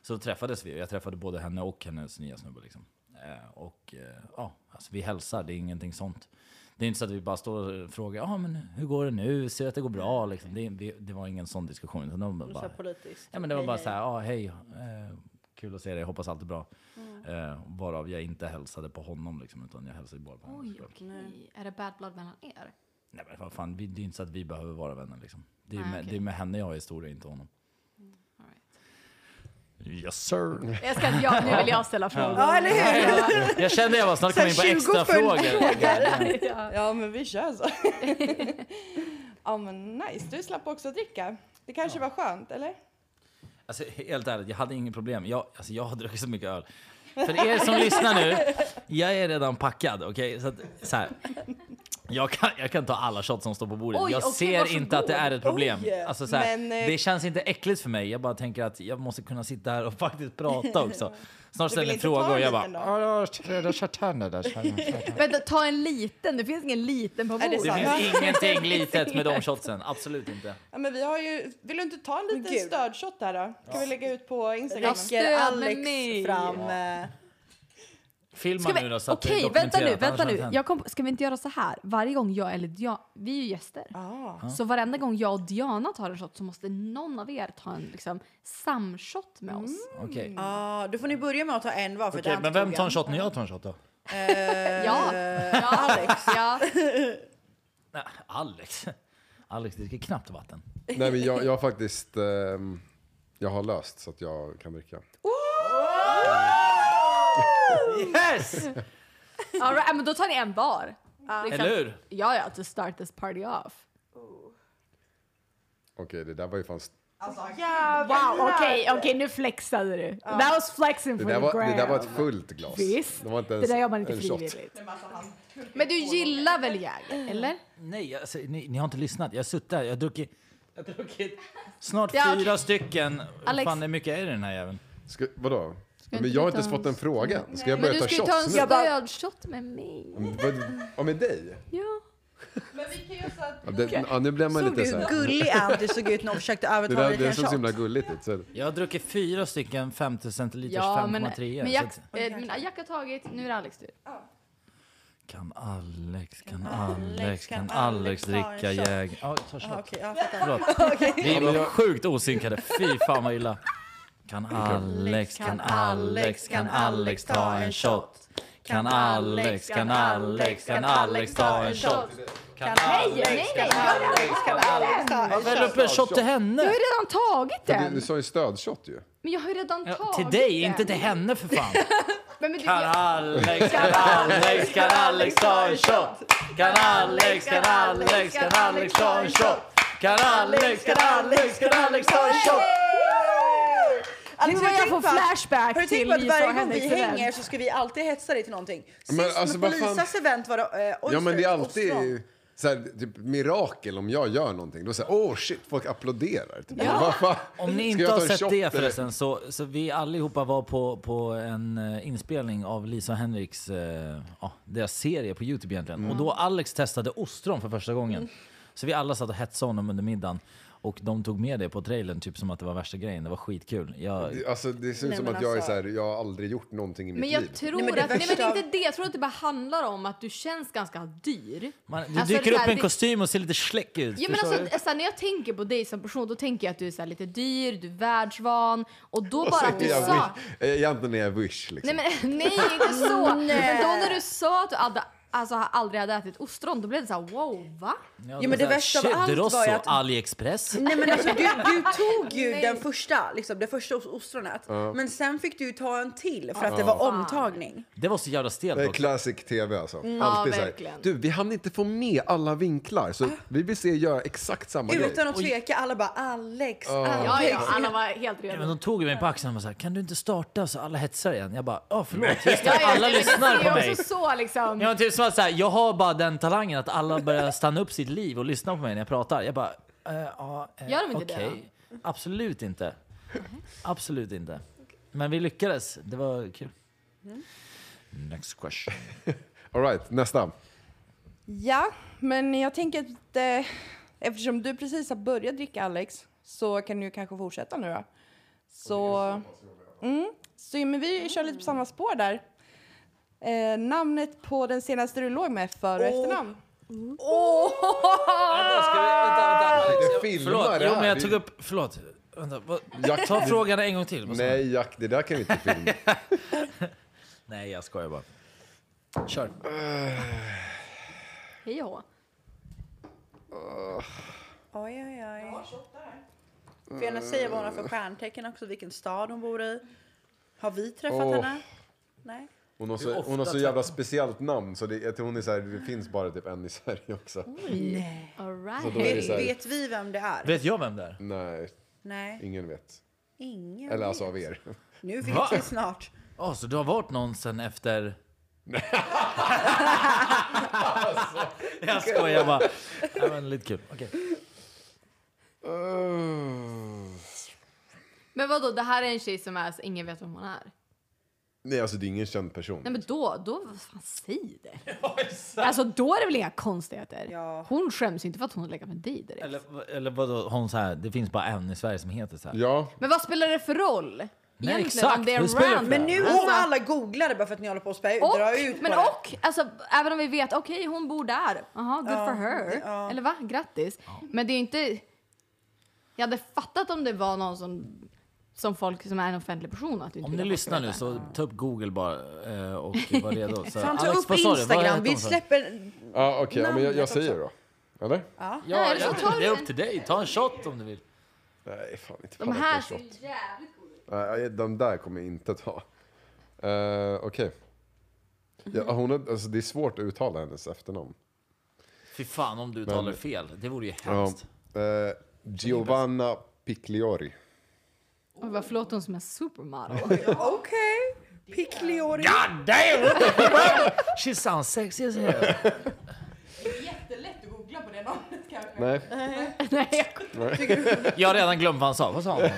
Så då träffades vi och jag träffade både henne och hennes nya snubbe. Liksom. Eh, och eh, ja, alltså vi hälsar, det är ingenting sånt. Det är inte så att vi bara står och frågar ah, men hur går det nu, ser du att det går bra? Liksom. Det, vi, det var ingen sån diskussion. Utan de Så här bara, politiskt. Ja, men det var Hej, bara hej. så här, ah, hej, eh, kul att se dig, hoppas allt är bra. Eh, varav jag inte hälsade på honom, liksom, utan jag hälsade bara på henne. Oj, såklart. okej. Är det bad blood mellan er? Nej, men vad fan, vi, det är inte så att vi behöver vara vänner. Liksom. Det, är Nej, med, okej. det är med henne jag har historia, inte honom. All right. Yes sir! Jag ska, jag, nu vill jag ställa frågor. Ja, eller hur? Jag kände jag var snart kom in på Så här 20 extra frågor. Ja, men vi kör så. ja, men nice. Du slapp också dricka. Det kanske var skönt, eller? Alltså, helt ärligt, jag hade inget problem. Jag, alltså, jag har druckit så mycket öl. För er som lyssnar nu, jag är redan packad. Okej, Så, att, så här. Jag, kan, jag kan ta alla shots som står på bordet. Oj, jag okej, ser varsågod. inte att det är ett problem. Oj, alltså, så här, men, eh, det känns inte äckligt för mig. Jag bara tänker att jag måste kunna sitta här och faktiskt prata också. Snart Du vill ställer ni inte ta frågor och en jag bara... liten då? "Ja, jag har kört henne där, så här." Vänta, ta en liten. Det finns ingen liten på Är det bordet. Det sant? finns ingenting litet med de shotsen. Absolut inte. Ja, men vi har ju... Vill du inte ta en liten gud. stödshot där då? Kan vi lägga ut på Instagram? Riktigt. Räcker Stöd med Alex mig. fram eh, Filma Ska vi- nu då så att det Okej, är vänta nu, dokumenterat, vänta annars nu. har det inte hänt. Jag kom, på- ska vi inte göra så här? Varje gång jag eller Diana, vi är ju gäster. Så varenda gång jag och Diana tar en shot så måste någon av er ta en liksom, samshot med oss. Okej, Ah, då får ni börja med att ta en var för Okej, Dan men tog vem tar en en. shot när jag tar en shot då? Ja. ja, Mm. Eh, Alex. Ja. Nej, Alex. Alex dricker knappt vatten. Nej, men jag, jag har faktiskt... ehm, jag har löst så att jag kan dricka. Yes! All right, men då tar ni en var. Liksom. Eller hur? Ja, ja, to start this party off. Okej, det där var ju fan... st- Wow, okej, okej, nu flexade du. That was flexing Det for där the var, gram. det där var ett fullt glas. Visst. Det var inte Det ens där gör man inte en shot. frivilligt. Men du gillar väl Jäger, eller? Nej, alltså, ni, ni har inte lyssnat. Jag har suttit här, jag har druckit, jag har druckit snart Ja, fyra stycken. Alex. Alex. Fan, hur mycket är det den här jäveln? Ska, vadå? inte Men jag har du inte ens ta fått en- en fråga. Ska jag Men börja du ta ska ju ta en shots nu? spöad shot med mig. Vad- Ja, med dig? Ja. Ja, det, ja, nu blev man Såg lite du så hur här... gullig Andy såg ut när hon försökte Det, övertala där, dig det till såg så en himla shot? gulligt ut. Så, Jag har druckit fyra stycken 50 centiliters Ja, men, 5,3. men, så Jack, att- eh, men Jack har tagit, nu är det Alex tur. Kan Alex, kan Alex, kan kan Alex Alex ta en dricka shot? jäg... Ja, ta shot. Ja, Okej, jag fattar. Förlåt. Vi var sjukt osynkade. Fy fan vad illa. Kan Alex, kan Alex, kan Alex ta en shot? Kan Alex, kan Alex, kan Alex ta en shot? Kan Alex, Nej, nej, jag Kan Alex ta en Häll upp en shot till henne! har ju redan tagit du, du den. sa ju stödshot ju. Men jag har ju redan Ja, tagit till dig, den. inte till henne för fan. Men, men, du, Kan jag, Alex, kan Alex, kan Alex ta en shot? Kan Alex, kan Alex, kan Alex ta en shot? Kan Alex, kan Alex, kan Alex ta en shot? nu Alltså, börjar jag tänk få på att- flashback Har du till tänkt på att Lisa varje och gång vi hennes hänger event. så ska vi alltid hetsa dig till någonting? Sist men alltså, på vad fan- Lisas event var det eh, Ja, men det är oysters och ostron. alltid så här, typ, mirakel om jag gör någonting. Då säger åh shit, folk applåderar. Typ. Vad fan? Om ni Ska inte jag ta har en sett shot det eller? förresten så, så vi allihopa var på, på en eh, inspelning av Lisa och Henriks eh, ja, deras serie på Youtube egentligen. Och då Mm. Alex testade ostron för första gången. Så vi alla satt och hetsade honom under middagen. Och de tog med det på trailern typ som att det var värsta grejen. Det var skitkul. Jag, Det- Alltså, det ser ut Nej, som men att jag är alltså- så här, jag har aldrig gjort någonting i mitt Men jag liv. tror Nej, men det att, nej, men det värsta- är inte det. Jag tror att det bara handlar om att du känns ganska dyr. man, du Alltså, dyker det upp här- i en det- kostym och ser lite släck ut. Ja, men förstår alltså, så här, när jag tänker på dig som person då tänker jag att du är så här, lite dyr, du är världsvan och då bara att du jag sa... wish, eh, egentligen är jag wish. Liksom. Nej, men, nej inte så! men då när du sa att du aldrig, alltså, aldrig hade ätit ostron då blev det så här: wow, va? du? Ja, men det så här, värsta av allt var ju Chederosso, att- AliExpress. Nej men alltså du, du tog ju den första, liksom, det första os- ostronet. Men sen fick du ju ta en till för att det var omtagning. Det var så jävla Det stelt är också. classic tv alltså. Mm, Ja, Alltid så här, verkligen. Ah. du, vi hann inte få med alla vinklar så vi vill se er göra exakt samma grej. Utan att tveka, alla bara Alex, Alex. Ja, ja, alla var helt Ja, men redo. de tog mig på axeln och sa kan du inte starta så alla hetsar igen? Jag bara, ja förlåt, just Ja, det, ja, alla men det lyssnar ser på mig. också så liksom. Ja, men typ som att så här, jag har bara den talangen att alla börjar stanna upp sitt liv och lyssna på mig när jag pratar. Jag bara, eh, ja, eh, Gör de inte det okej. Absolut inte. Absolut inte. Men vi lyckades, det var kul. Mm. Next question. All right, nästa. Ja, men jag tänker att eh, eftersom du precis har börjat dricka Alex så kan du kanske fortsätta nu då. Så, mm, så men vi kör lite på samma spår där. Eh, namnet på den senaste du låg med, för och efternamn. Vänta, Ah, ska vi, vänta, vänta. Jag filmar Förlåt, Ah! det jo här. men jag Det- tog upp, förlåt. Vänta, vad, Jag- ta frågan en gång till. Vad sa du? Nej Jack, det där kan vi inte filma. Nej, jag skojar bara. Kör. Hej och hå. Oj, oj, oj. Får gärna säga vad hon Eh. har för stjärntecken också, vilken stad hon bor i. Har vi träffat Åh. henne? Nej. Hon har så, hon har så jävla speciellt namn så det, jag tror hon är så här, det finns bara typ en i Sverige också. All Så right. då är det Vet, så här, vet vi vem det är? Vet jag vem det är? nej, Nej, ingen vet. ingen. Eller vet. alltså av er. Nu vet Va? vi snart. Ja, Ah, så du har varit någon sen efter... jag skojar bara. Ja, men lite kul. Okej. Men vadå, det här är en tjej som är, så ingen vet vem hon är. Nej, alltså det är ingen känd person. Nej men då, då, vad fan säg det. alltså då är det väl inga konstigheter. Ja. Hon skäms ju inte för att hon har legat med dig direkt. Eller, eller vadå, hon så här, det finns bara en i Sverige som heter så här. Ja, Men vad spelar det för roll? egentligen exakt. om det Det är spelar random. för- Men nu Alltså- kommer alla googla det bara för att ni håller på att spä ut. Och, Dra ut på men det. och, alltså, även om vi vet, okej hon bor där, aha, good Ja, for her. det- ja. Eller va, grattis. Men det är inte, jag hade fattat om det var någon som, som folk som är en offentlig person. Att du inte Om vill ni att folk ska lyssnar nu veta. så ta upp Google bara eh, och var redo. Så, Fan, ta Alex, upp vad sa du? Vad hette Instagram. hon Vi för? släpper... Ja, okej. Ja, men jag, jag Namnet säger det då. Eller? Ja, Nej, eller så jag- tar det vi är upp en- till dig. Ta en shot om du vill. Nej, fan inte. De fan, jag här får ser shot. jävligt Nej, de där kommer jag inte ta. Eh, okej. Ja, hon har, alltså, det är svårt att uttala hennes efternamn. Fy fan om du talar fel. Det vore ju Ja. hemskt. Eh, Giovanna Picliori. Oj, varför låter hon som en supermodel? Okej. Pickliori. God damn! She sounds sexy as hell. Jättelätt att googla på det namnet kanske. Nej. Nej, jag kommer- Jag har redan glömt vad han sa. Vad sa han?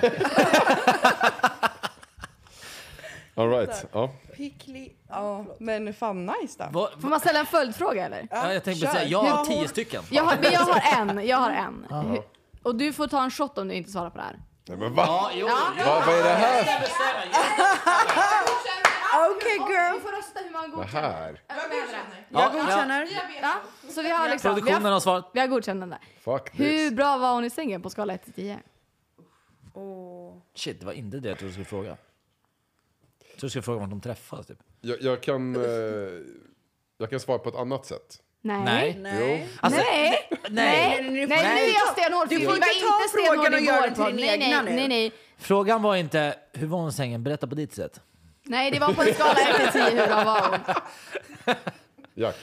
All right. Ja. Pickli... Ja, men fan nice då. Vad, Får man ställa en följdfråga eller? ja, jag tänkte kör. säga, jag har Ja. tio stycken. Jag har, men jag har en, jag har en. Och du får ta en shot om du inte svarar på det här. Nej, men va? Ja, jo, ja. Vad, vad är det här? Okej, girl. Vi får rösta hur man Det godkänner. här? Jag godkänner. Ja, så vi har liksom, vi Produktionen har, har svarat. vi har godkännande. Fuck Hur this. bra var hon i sängen på skala 1 till 10? Shit, det var inte det jag trodde du skulle fråga. Jag trodde du skulle fråga vart de träffas. Typ. Jag, jag, kan, eh, jag kan svara på ett annat sätt. Nej. Nej. Nej. Alltså, Nej. Nej. Nej, Nej, nu nu får du är inte jag ta- stenhård. du för får vi var inte ta stenhård frågan och i göra vår den till podd. din nej, egna nej, nu. Nej, nej. Frågan var inte, hur var hon i sängen? Berätta på ditt sätt. Nej, det var på en skala 1 till 10 hur bra var hon? Jack.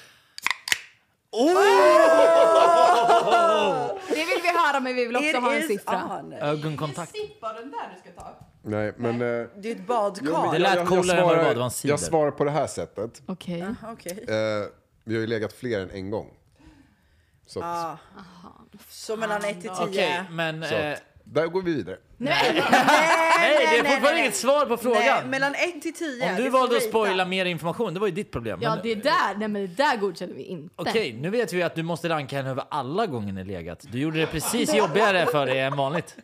Det vill vi höra men vi vill också ha en It is siffra. on. Ögonkontakt. Nej, men... eh, Det är ett badkar. Det lät jag- jag coolare än vad det var, det var en cider. Jag svarar på det här sättet. Okej. Okej. Eh, vi har ju legat fler än en gång. Så, att- Ja. Så mellan 1 till 10. Okej, men... så Eh, att, där går vi vidare. nej, det är nej, fortfarande nej. inget svar på Nej, frågan. mellan 1 till 10. Om du valde att spoila mer information, det var ju ditt problem. Ja, men- det där, nej men det där godkänner vi inte. Okej, nu vet vi att du måste ranka henne över alla gånger ni legat. Du gjorde det precis jobbigare för dig än vanligt.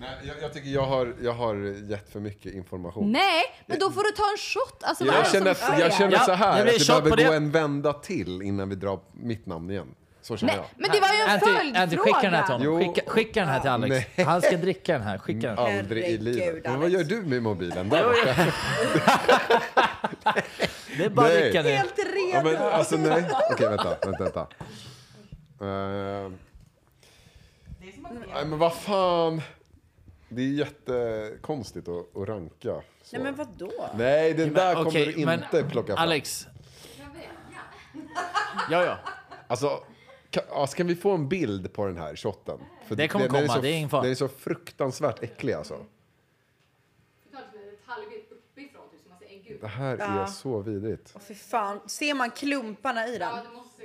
Nej, jag, jag tycker jag har, jag har gett för mycket information. Nej, men då får du ta en shot. Alltså, vad är Jag det känner, som sker? jag känner Ja, så här, det blir att det shot behöver på gå det. en vända till innan vi drar mitt namn igen. Så känner Nej, jag. men det var ju en Anty, Anty, skicka den här till följdfråga. honom. Jo. Skicka, skicka den här till Alex. Nej. Han ska dricka den här. Skicka den. Aldrig i Herregud, livet. Men vad Alex. gör du med mobilen där borta? Det är bara att Nej. dricka nu. Helt redo. Ja, men, alltså, nej. Okej, vänta. vänta, vänta. Eh, nej, men vad fan. Det är jättekonstigt att, att ranka. så. Nej men vadå? Nej, den där kommer Okej, du men inte plocka fram. Alex. Ja, ja. Alltså, kan, alltså, kan vi få en bild på den här shotten? För Det kommer den- den komma, så, det är ingen fara. Den är så fruktansvärt äcklig alltså. typ Det här är så vidrigt. Åh, Fy fan, ser man klumparna i den? Fy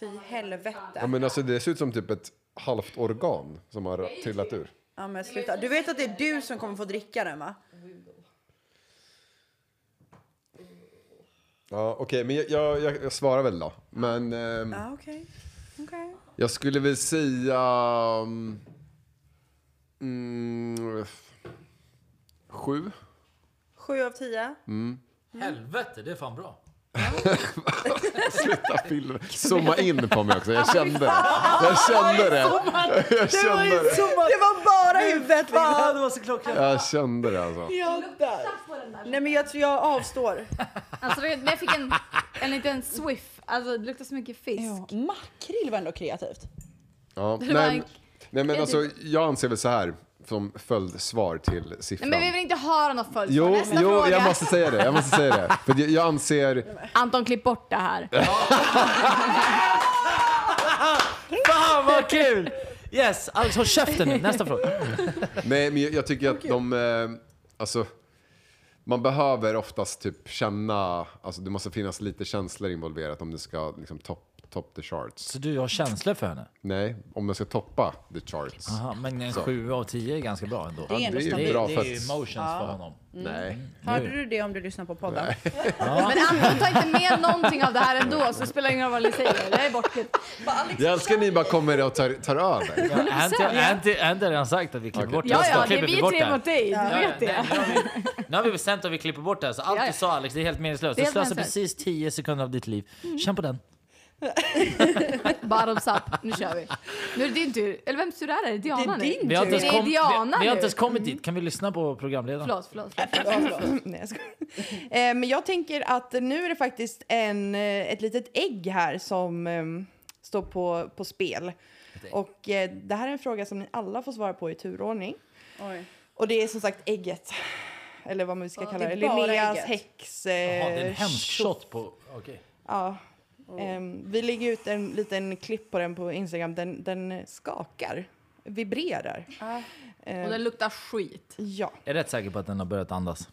Ja, helvete. men alltså, det ser ut som typ ett halvt organ som har trillat ur. Ja, men sluta. Du vet att det är du som kommer få dricka den va? Ja, Okej, men jag, jag, jag, jag svarar väl då. Men ehm, Ja okej. Okej. jag skulle väl säga... mm, Mm, sju? Sju av tio. Mm. Helvete, det är fan bra. Sluta filma. Zooma in på mig också. Jag kände det. Jag kände det. Jag kände det. Det var bara huvudet. Ja, Liksom. det var så klockrent. Jag kände det alltså. Jag dör. Nej men jag tror jag avstår. Alltså, det- men jag fick en, en liten swiff. Alltså, det luktar så mycket fisk. Makrill var ändå kreativt. Ja, Det var nej, en- nej men alltså, jag anser väl så här som följd-svar till siffran. Nej, men vi vill inte höra något följdfråga. Jo, Nästa jo fråga. jag måste säga det. Jag måste säga det. För jag- jag anser... Anton, klipp bort det här. Fan vad kul! Yes, Alex håll käften nu. Nästa fråga. Nej, men jag, jag tycker att de... eh, Alltså, man behöver oftast typ känna... Alltså, det måste finnas lite känslor involverat om det ska liksom, topp, top the charts. Så du har känslor för henne? Nej, om den ska toppa the charts. Aha, men en Så. 7 av 10 är ganska bra ändå. Ah. Det är ändå det är Det ju stabilt. är, bra det för är ju att- emotions för honom. Nej. Hörde du det om du lyssnar på podden? Men Anton tar inte med någonting av det här ändå, så det spelar ingen roll vad ni säger. Det är bortklippt. Jag älskar ni bara kommer och tar, tar över. Ja, Anty Anty- Anty har redan sagt att vi klipper Okej. bort det. Ja, Så ja, det är klipper vi bort tre här. mot dig. Du vet Nej, det. Nu har, vi, nu har vi bestämt att vi klipper bort det här, så allt Ja, du ja. sa Alex, det är helt meningslöst. Det är Du helt slösar meningslöst. Mm. precis 10 sekunder av ditt liv. Känn på den. Bottoms up. Nu kör vi. Nu är det din tur. Eller vems tur är det? Är det Det Diana är nu? din Vi har inte tur. ens, Det är kom, vi, vi Diana har inte nu. ens kommit dit. Kan vi lyssna på programledaren? Förlåt, förlåt. förlåt. Nej, jag skojar. Eh, Men jag tänker att nu är det faktiskt en, eh, ett litet ägg här som eh, står på, på spel. Och eh, det här är en fråga som ni alla får svara på i turordning. Oj. Och det är som sagt ägget. Eller vad man ska Ja, kalla det det. är bara Linneas ägget. häx... Jaha, det är en eh, hemsk shot på... Okej. Ja. Ehm, vi lägger ut en liten klipp på den på Instagram. Den, den skakar, vibrerar. Ehm, Och den luktar skit. Ja. Jag är rätt säker på att den har börjat andas.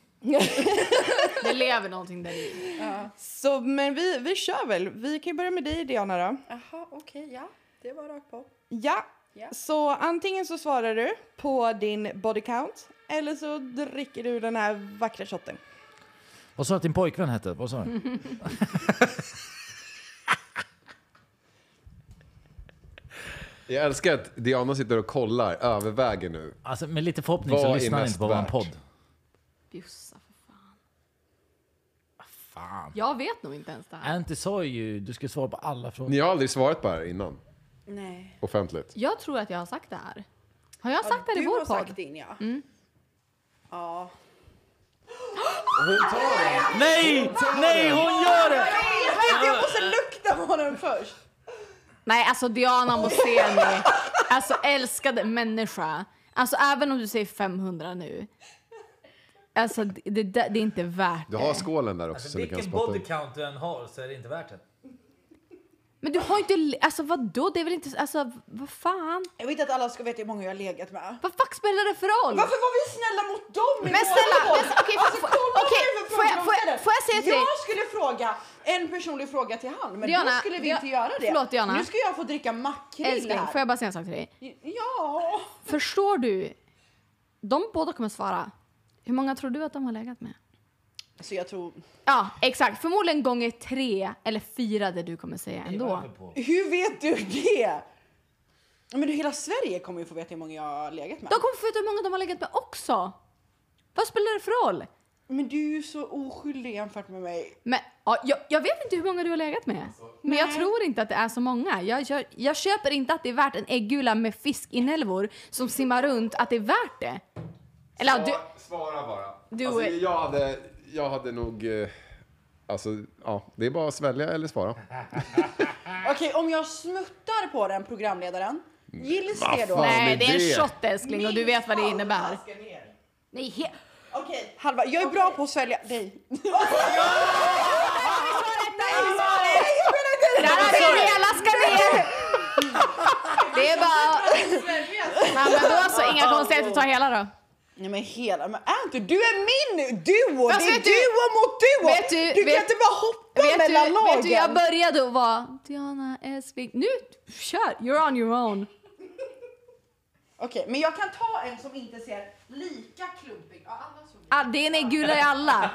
Det lever någonting där i. Så, men vi, vi kör väl. Vi kan ju börja med dig, Diana. Då. Jaha, okej, ja. Det var rakt på. Ja. Ja. Så antingen så svarar du på din body count eller så dricker du den här vackra shotten. Vad sa du att din pojkvän hette? Vad sa Mm. du? Jag älskar att Diana sitter och kollar, överväger nu. Alltså, med lite förhoppning så Vad är lyssnar han mest inte på vår värt? podd. Bjussa för fan. Fan. Jag vet nog inte ens det här. Anty sa ju du skulle svara på alla frågor. Ni har aldrig svarat på det här innan, Nej. offentligt. Jag tror att jag har sagt det här. Har jag sagt det här i du vår har podd? sagt din, ja. Ja. Nej! Nej, hon gör det! Jag vet, jag måste lukta på den först. Nej, alltså Diana Moseni. Alltså älskade människa. Alltså även om du säger 500 nu. Alltså det, det, det är inte värt Du har det. skålen där Alltså, också så du kan spotta in. count du än har så är det inte värt det. Men du har ju inte, le- alltså vadå? Det är väl inte, alltså vad fan? Jag vet att alla ska veta hur många jag har legat med. Vad fuck spelar det för roll? Varför var vi snälla mot dem i Men vår snälla, podd? men s- okej, alltså, får- kolla okej, vad det är för får jag- får jag- frågor de ställer. får jag säga till jag dig? skulle fråga en personlig fråga till han, men Diana, då skulle vi Dia- inte göra det. förlåt, Diana. Nu ska jag få dricka makrill Älskling, här. får jag bara säga en sak till dig? Ja. Förstår du? De båda kommer svara. Hur många tror du att de har legat med? Så Alltså, jag tror... Ja, exakt. Förmodligen gånger tre eller fyra det du kommer säga ändå. Hur vet du det? Men du, hela Sverige kommer ju få veta hur många jag har legat med. De kommer få veta hur många de har legat med också. Vad spelar det för roll? Men du är ju så oskyldig jämfört med mig. Men, ja, jag, jag vet inte hur många du har legat med. Men jag tror inte att det är så många. Jag, jag, jag köper inte att det är värt en äggula med fiskinälvor som simmar runt, att det är värt det. Eller ja, du, Svara bara. Do alltså, it. jag, hade, jag hade nog... eh, Alltså, ja, det är bara att svälja eller svara. Okej, om jag smuttar på den programledaren, gills vad det då? fan. nej, men det är det- en shot älskling och du vet vad det Minst innebär. halva flaskan ner. Nej, he- Okej, halva. Jag är bra på att svälja dig. där har vi hela ska ner! Det är bara... Nej, men då så, inga konstigheter, ta hela då. Nej men hela, men Anton du är min duo! Fast det är vet du- duo mot duo! vet du- kan vet- inte bara hoppa Vet mellan du, lagen! vet du, jag började att vara Diana Espik. Nu, kör! You're on your own. Okej, men jag kan ta en som inte ser lika klumpig Ja, alla såg det. Ah, det är en gula i alla.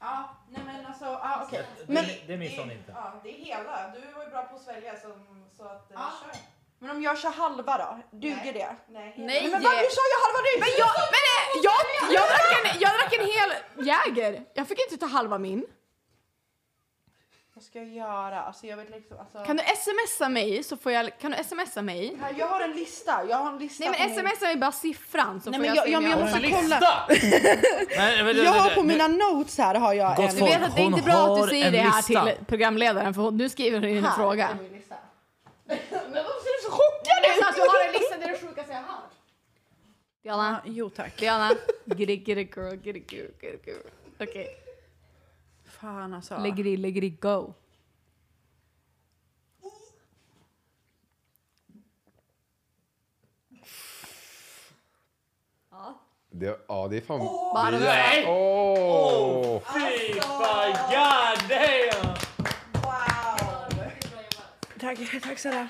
Ja, nej men alltså, ja, okej. Men, Det, det missar hon inte. Ja, det är hela. Du var ju bra på att svälja så, så att... ja. men om jag eh, kör halva då, duger det? Nej. Nej! Men varför sa jag halva nyss? Men jag, men eh, jag, jag, drack en, jag drack en hel Jäger. Jag fick inte ta halva min. Vad ska jag göra? Alltså jag vet liksom, alltså. Kan du smsa mig så får jag, kan du smsa mig? Här, jag har en lista, jag har en lista. Nej men på min- smsa mig bara siffran så Nej, får men jag, jag, se ja, om men jag jag... måste kolla. Nej, men- Jag har på nu- mina notes här har jag Gott en. Du vet att det är Hon inte bra att har du säger en det här lista. till programledaren för hon, nu skriver hon in en Här fråga. är min lista. men varför ser du så chockad ut? en lista där det sjukaste jag har. Diana, Jo tack. Diana. Get it, get it girl, get it girl, get it girl. Okej, Fan alltså. lägger i, lägger i, go. Det, ja, det är fan... Bara Oh. Nej! Åh! Fy fan, god damn! Tack, tack snälla.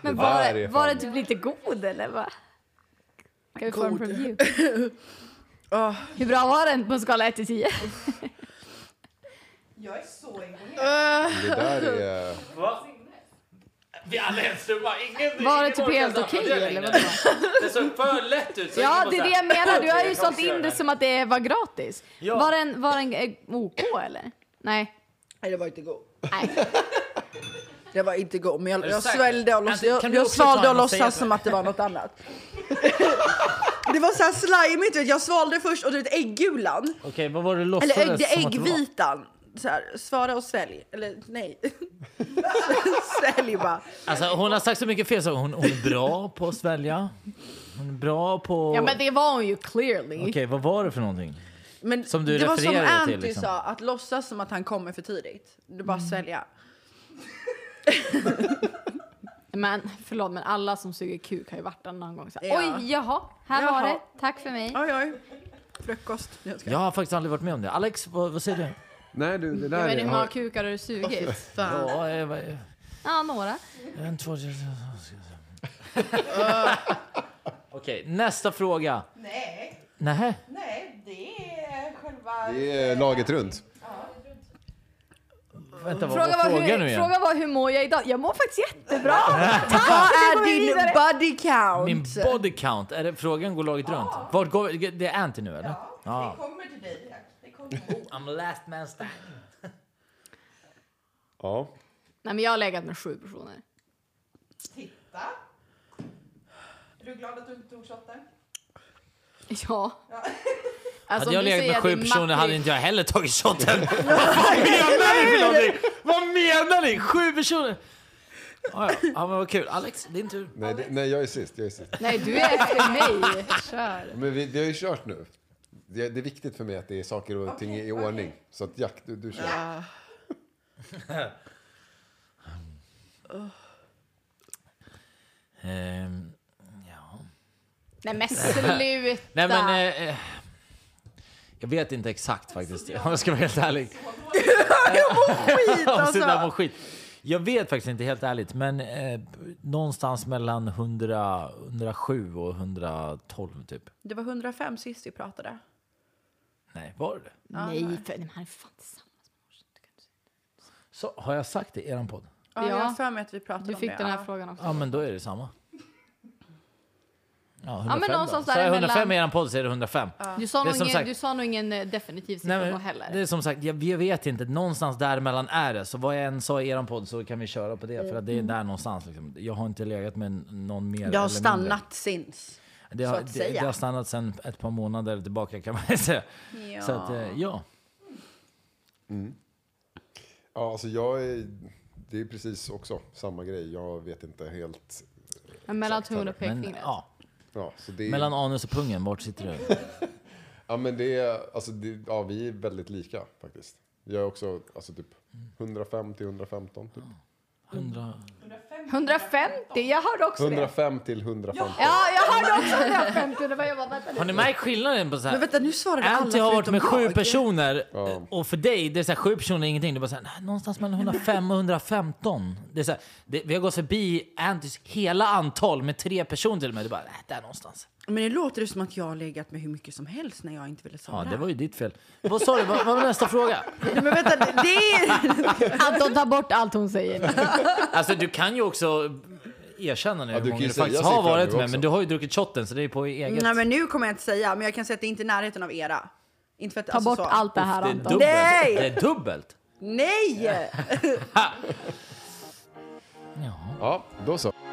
Men Det var, där det- är var det fan- typ lite god eller vad? Kan vi få en preview? Åh. Hur bra var den på en skala 1 till 10? Jag är så imponerad. Det där är... Va? Vi alla äter bara ingen... Var det ingen typ orkar helt dansa okej det eller längre. vadå? Det såg för lätt ut. så Ja, ingen det är bara det såhär, jag menar. Du har ju "Okej, sålt jag in kör det här." som att det var gratis. Ja. Var den, var den eh, OK eller? Nej. Nej, det var inte god. Nej. Det var inte god, men jag, du jag säker? sväljde och, låts, Alltså, kan jag, du jag också ta svalde en och och säga låtsas så? som att det var något annat. det var så här slajmigt, vet du. jag svalde först och du vet äggulan. Okej, vad var det du Eller ägg, låtsades det är som att det var? äggvitan. Så här, svara och svälj. Eller nej. svälj bara. Alltså, hon har sagt så mycket fel saker. Hon, hon är bra på att svälja. Hon är bra på... Ja men det var hon ju clearly. Okej, vad var det för någonting? Men Som du det var som refererade till, Anty liksom. Mm. sa, att låtsas som att han kommer för tidigt. Du bara svälja. Men förlåt men alla som suger kuk har ju varit där någon gång. Så här, Ja. Oj, jaha, här var Jaha. det. Tack för mig. Oj oj. Frukost. Jag ska. Jag har faktiskt aldrig varit med om det. Alex, vad, vad säger du? Nej, du, det Jag där vet inte är... hur många Har, kukar har du sugit? Fan. Ja, jag, jag, Ja, några. en, två, tre... Okej, nästa fråga. Nej, Nähä? nej, det är själva... det är laget runt. Vänta, vad var Fråga var, frågan nu hur, igen? fråga var hur mår jag idag? Jag mår faktiskt jättebra. Tack! Vad går är vi din vidare. body Min count? body count, är det, frågan går laget runt. Vart går, vi- det är Anty nu eller? Det kommer till dig, Jack. Det kommer. I'm the last man standing. Ja. Nej men jag har legat med sju personer. Titta. Är du glad att du inte tog shotten? Ja. Alltså, Hade jag om du legat säger med att sju det är personer hade Matti- inte jag heller tagit shotten. Vad menar ni för någonting? Vad menar ni? Sju personer? Ja, ja. ja men vad kul. Alex, din tur. Nej, det, nej, jag är sist. Jag är sist. Nej du är efter mig. Kör. Men vi, vi har ju kört nu. Det, det är viktigt för mig att det är saker och ting i ordning. Så att Jack, du, du kör. Ehm, ja. Nej men sluta. Nej men... eh, eh, jag vet inte exakt faktiskt, Alltså, om jag ska vara helt ärlig. Skit Om sidan alltså. mår skit. Jag vet faktiskt inte helt ärligt, men eh, någonstans mellan 100, 107 och 112 typ. Det var 105 sist vi pratade. Nej, var det det? Nej, för, nej men han är fan tillsammans. så, Har jag sagt det i eran podd? Ja, Jag Ja. har för mig att vi pratade Du om fick det. den här ja. frågan också. Ja, men då är det samma. Ja, 105 men någonstans då. Så är jag 105 däremellan. i eran podd så är det 105. Du sa, Det är nog som ingen, sagt- du sa nog ingen eh, definitiv siffra Nej, då men, heller. det är som sagt, jag, jag vet inte. Någonstans däremellan är det. Så vad jag än sa i eran podd så kan vi köra på det. För att det är där någonstans. Liksom. Jag har inte legat med någon mer. Det Mm. har eller mindre. stannat since. Det så har, att det, det säga. har stannat sen ett par månader tillbaka kan man säga. Ja. Så att, eh, ja. Ja, alltså jag är... Det är precis också samma grej. Jag vet inte helt... Men mellan exakt vad tummen det och Men, pekfingret. ja. Ja, så det är, Mellan anus och pungen, vart sitter du? ja men det är... Alltså, det, ja, vi är väldigt lika faktiskt. Jag är också alltså, typ 105 till 115. Typ. 100... 150, jag hörde också det. 105 till 115. Ja, jag hörde också 150. Det var jag bara, vänta Har nu. ni märkt skillnaden på så här? Men vänta, nu svarade Anty alla har varit förutom med sju jag. personer Ja. och för dig, det är så här, sju personer är ingenting. Du bara så här, "Nej, någonstans mellan 105 och 115. Det är så här, det, vi har gått förbi Antys hela antal med tre personer till och med. Du bara, "Nej, där någonstans. Men nu låter det som att jag har legat med hur mycket som helst när jag inte ville svara. Ja, det var ju ditt fel. Vad sa du? Vad vad var nästa fråga? Nej, men vänta, det- det är... Anton, ta bort allt hon säger. Alltså, du kan ju också erkänna nu Ja, hur du kan många ju du säga faktiskt siffran har varit nu med, också. men du har ju druckit shotten så det är på eget. Nej, men nu kommer jag inte säga, men jag kan säga att det är inte i närheten av era. Inte för att, alltså Ta bort så. allt det här det är Anton. dubbelt. Nej! Det är dubbelt. Nej! Ja, då så.